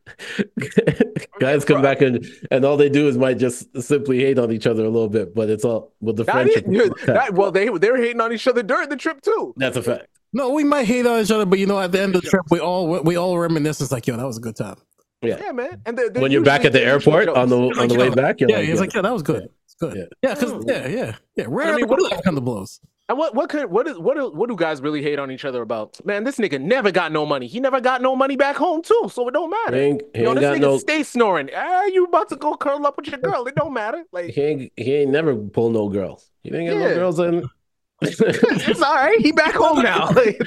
Speaker 2: guys come back and and all they do is might just simply hate on each other a little bit, but it's all with the
Speaker 3: That is-
Speaker 2: friendship. *laughs*
Speaker 3: that- well, they they were hating on each other during the trip too.
Speaker 2: That's a fact.
Speaker 1: No, we might hate on each other, but you know, at the end of the trip, we all we all reminisce. It's like, yo, that was a good time.
Speaker 2: Yeah.
Speaker 3: Yeah, man. And they're, they're
Speaker 2: When you're back
Speaker 3: usually-
Speaker 2: at the
Speaker 3: they're usually
Speaker 2: airport on the
Speaker 3: jokes.
Speaker 2: on the way back, you're
Speaker 1: Yeah,
Speaker 2: like,
Speaker 1: it's like, yeah, that was good. It's
Speaker 2: Yeah.
Speaker 1: good. Yeah, because yeah, yeah, yeah. Rarely
Speaker 3: mean,
Speaker 1: I
Speaker 3: what-
Speaker 1: do that come to blows.
Speaker 3: And what what could what is what do, what do guys really hate on each other about? Man, this nigga never got no money. He never got no money back home too, so it don't
Speaker 2: he
Speaker 3: matter.
Speaker 2: ain't, he
Speaker 3: Yo,
Speaker 2: ain't
Speaker 3: this
Speaker 2: got
Speaker 3: nigga
Speaker 2: no
Speaker 3: stay snoring. Ah, you about to go curl up with your girl? It don't matter. Like
Speaker 2: *laughs* he ain't he ain't never pulled no girls. He didn't get
Speaker 3: Yeah.
Speaker 2: no girls
Speaker 3: *laughs*
Speaker 2: in.
Speaker 3: it's all right. He back home
Speaker 2: *laughs*
Speaker 3: now. Like,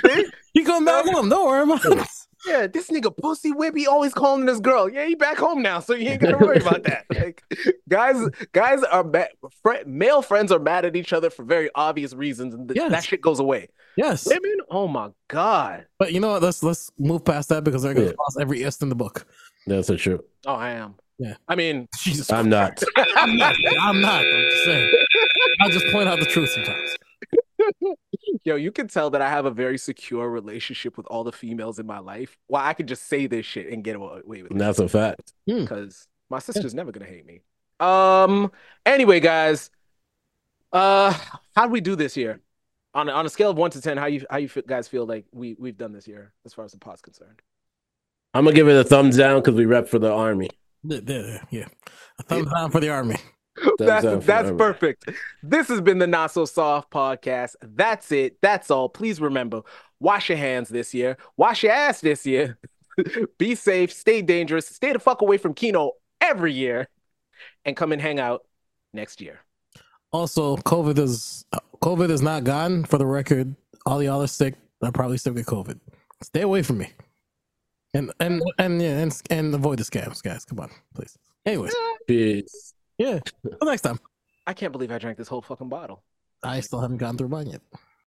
Speaker 1: He come back home. Don't worry about it.
Speaker 3: yeah, this nigga pussy whippy always calling this girl. Yeah, he back home now, so you ain't gotta worry about
Speaker 2: *laughs*
Speaker 3: that. Like guys, guys are mad. Fri male friends are mad at each other for very obvious reasons, and th-
Speaker 1: Yes.
Speaker 3: that shit goes away.
Speaker 1: Yes,
Speaker 3: Women, oh my god.
Speaker 1: but you know what? Let's let's move past that because they're gonna
Speaker 2: Yeah.
Speaker 1: cross every ist in the book.
Speaker 2: That's the truth.
Speaker 3: Oh, I am.
Speaker 1: Yeah.
Speaker 3: I *laughs* mean,
Speaker 1: Jesus,
Speaker 2: I'm not.
Speaker 1: I'm not. I'm not. I'm just saying. I just point out the truth sometimes.
Speaker 3: Yo, you can tell that I have a very secure relationship with all the females in my life. Well, I could just say this shit and get away with it
Speaker 2: That's a fact.
Speaker 3: because my sister's never gonna hate me. Um. Anyway, guys, uh, how do we do this year? On a, on a scale of one to ten, how you how you fe- guys feel like we we've done this year as far as the pod's concerned?
Speaker 2: I'm gonna give it a thumbs down because we rep for the
Speaker 3: *laughs*
Speaker 2: army.
Speaker 1: There, there, there, Yeah, a thumbs down for the army.
Speaker 2: Thumbs down
Speaker 3: that's
Speaker 2: for
Speaker 3: that's
Speaker 2: the army.
Speaker 3: perfect. This has been the Not So Soft podcast. That's it. That's all. Please remember, wash your hands this year. Wash your ass this year. *laughs* Be safe. Stay dangerous. Stay the fuck away from Kino every year, and come and hang out next year.
Speaker 1: Also, COVID is COVID is not gone. For the record, all y'all are sick. I probably still get COVID. Stay away from me. And and and yeah, and and avoid the scams, guys. Come on, please. Anyways,
Speaker 2: Peace.
Speaker 1: yeah. Till next time.
Speaker 3: I can't believe I drank this whole fucking bottle.
Speaker 1: I still haven't gotten through mine yet.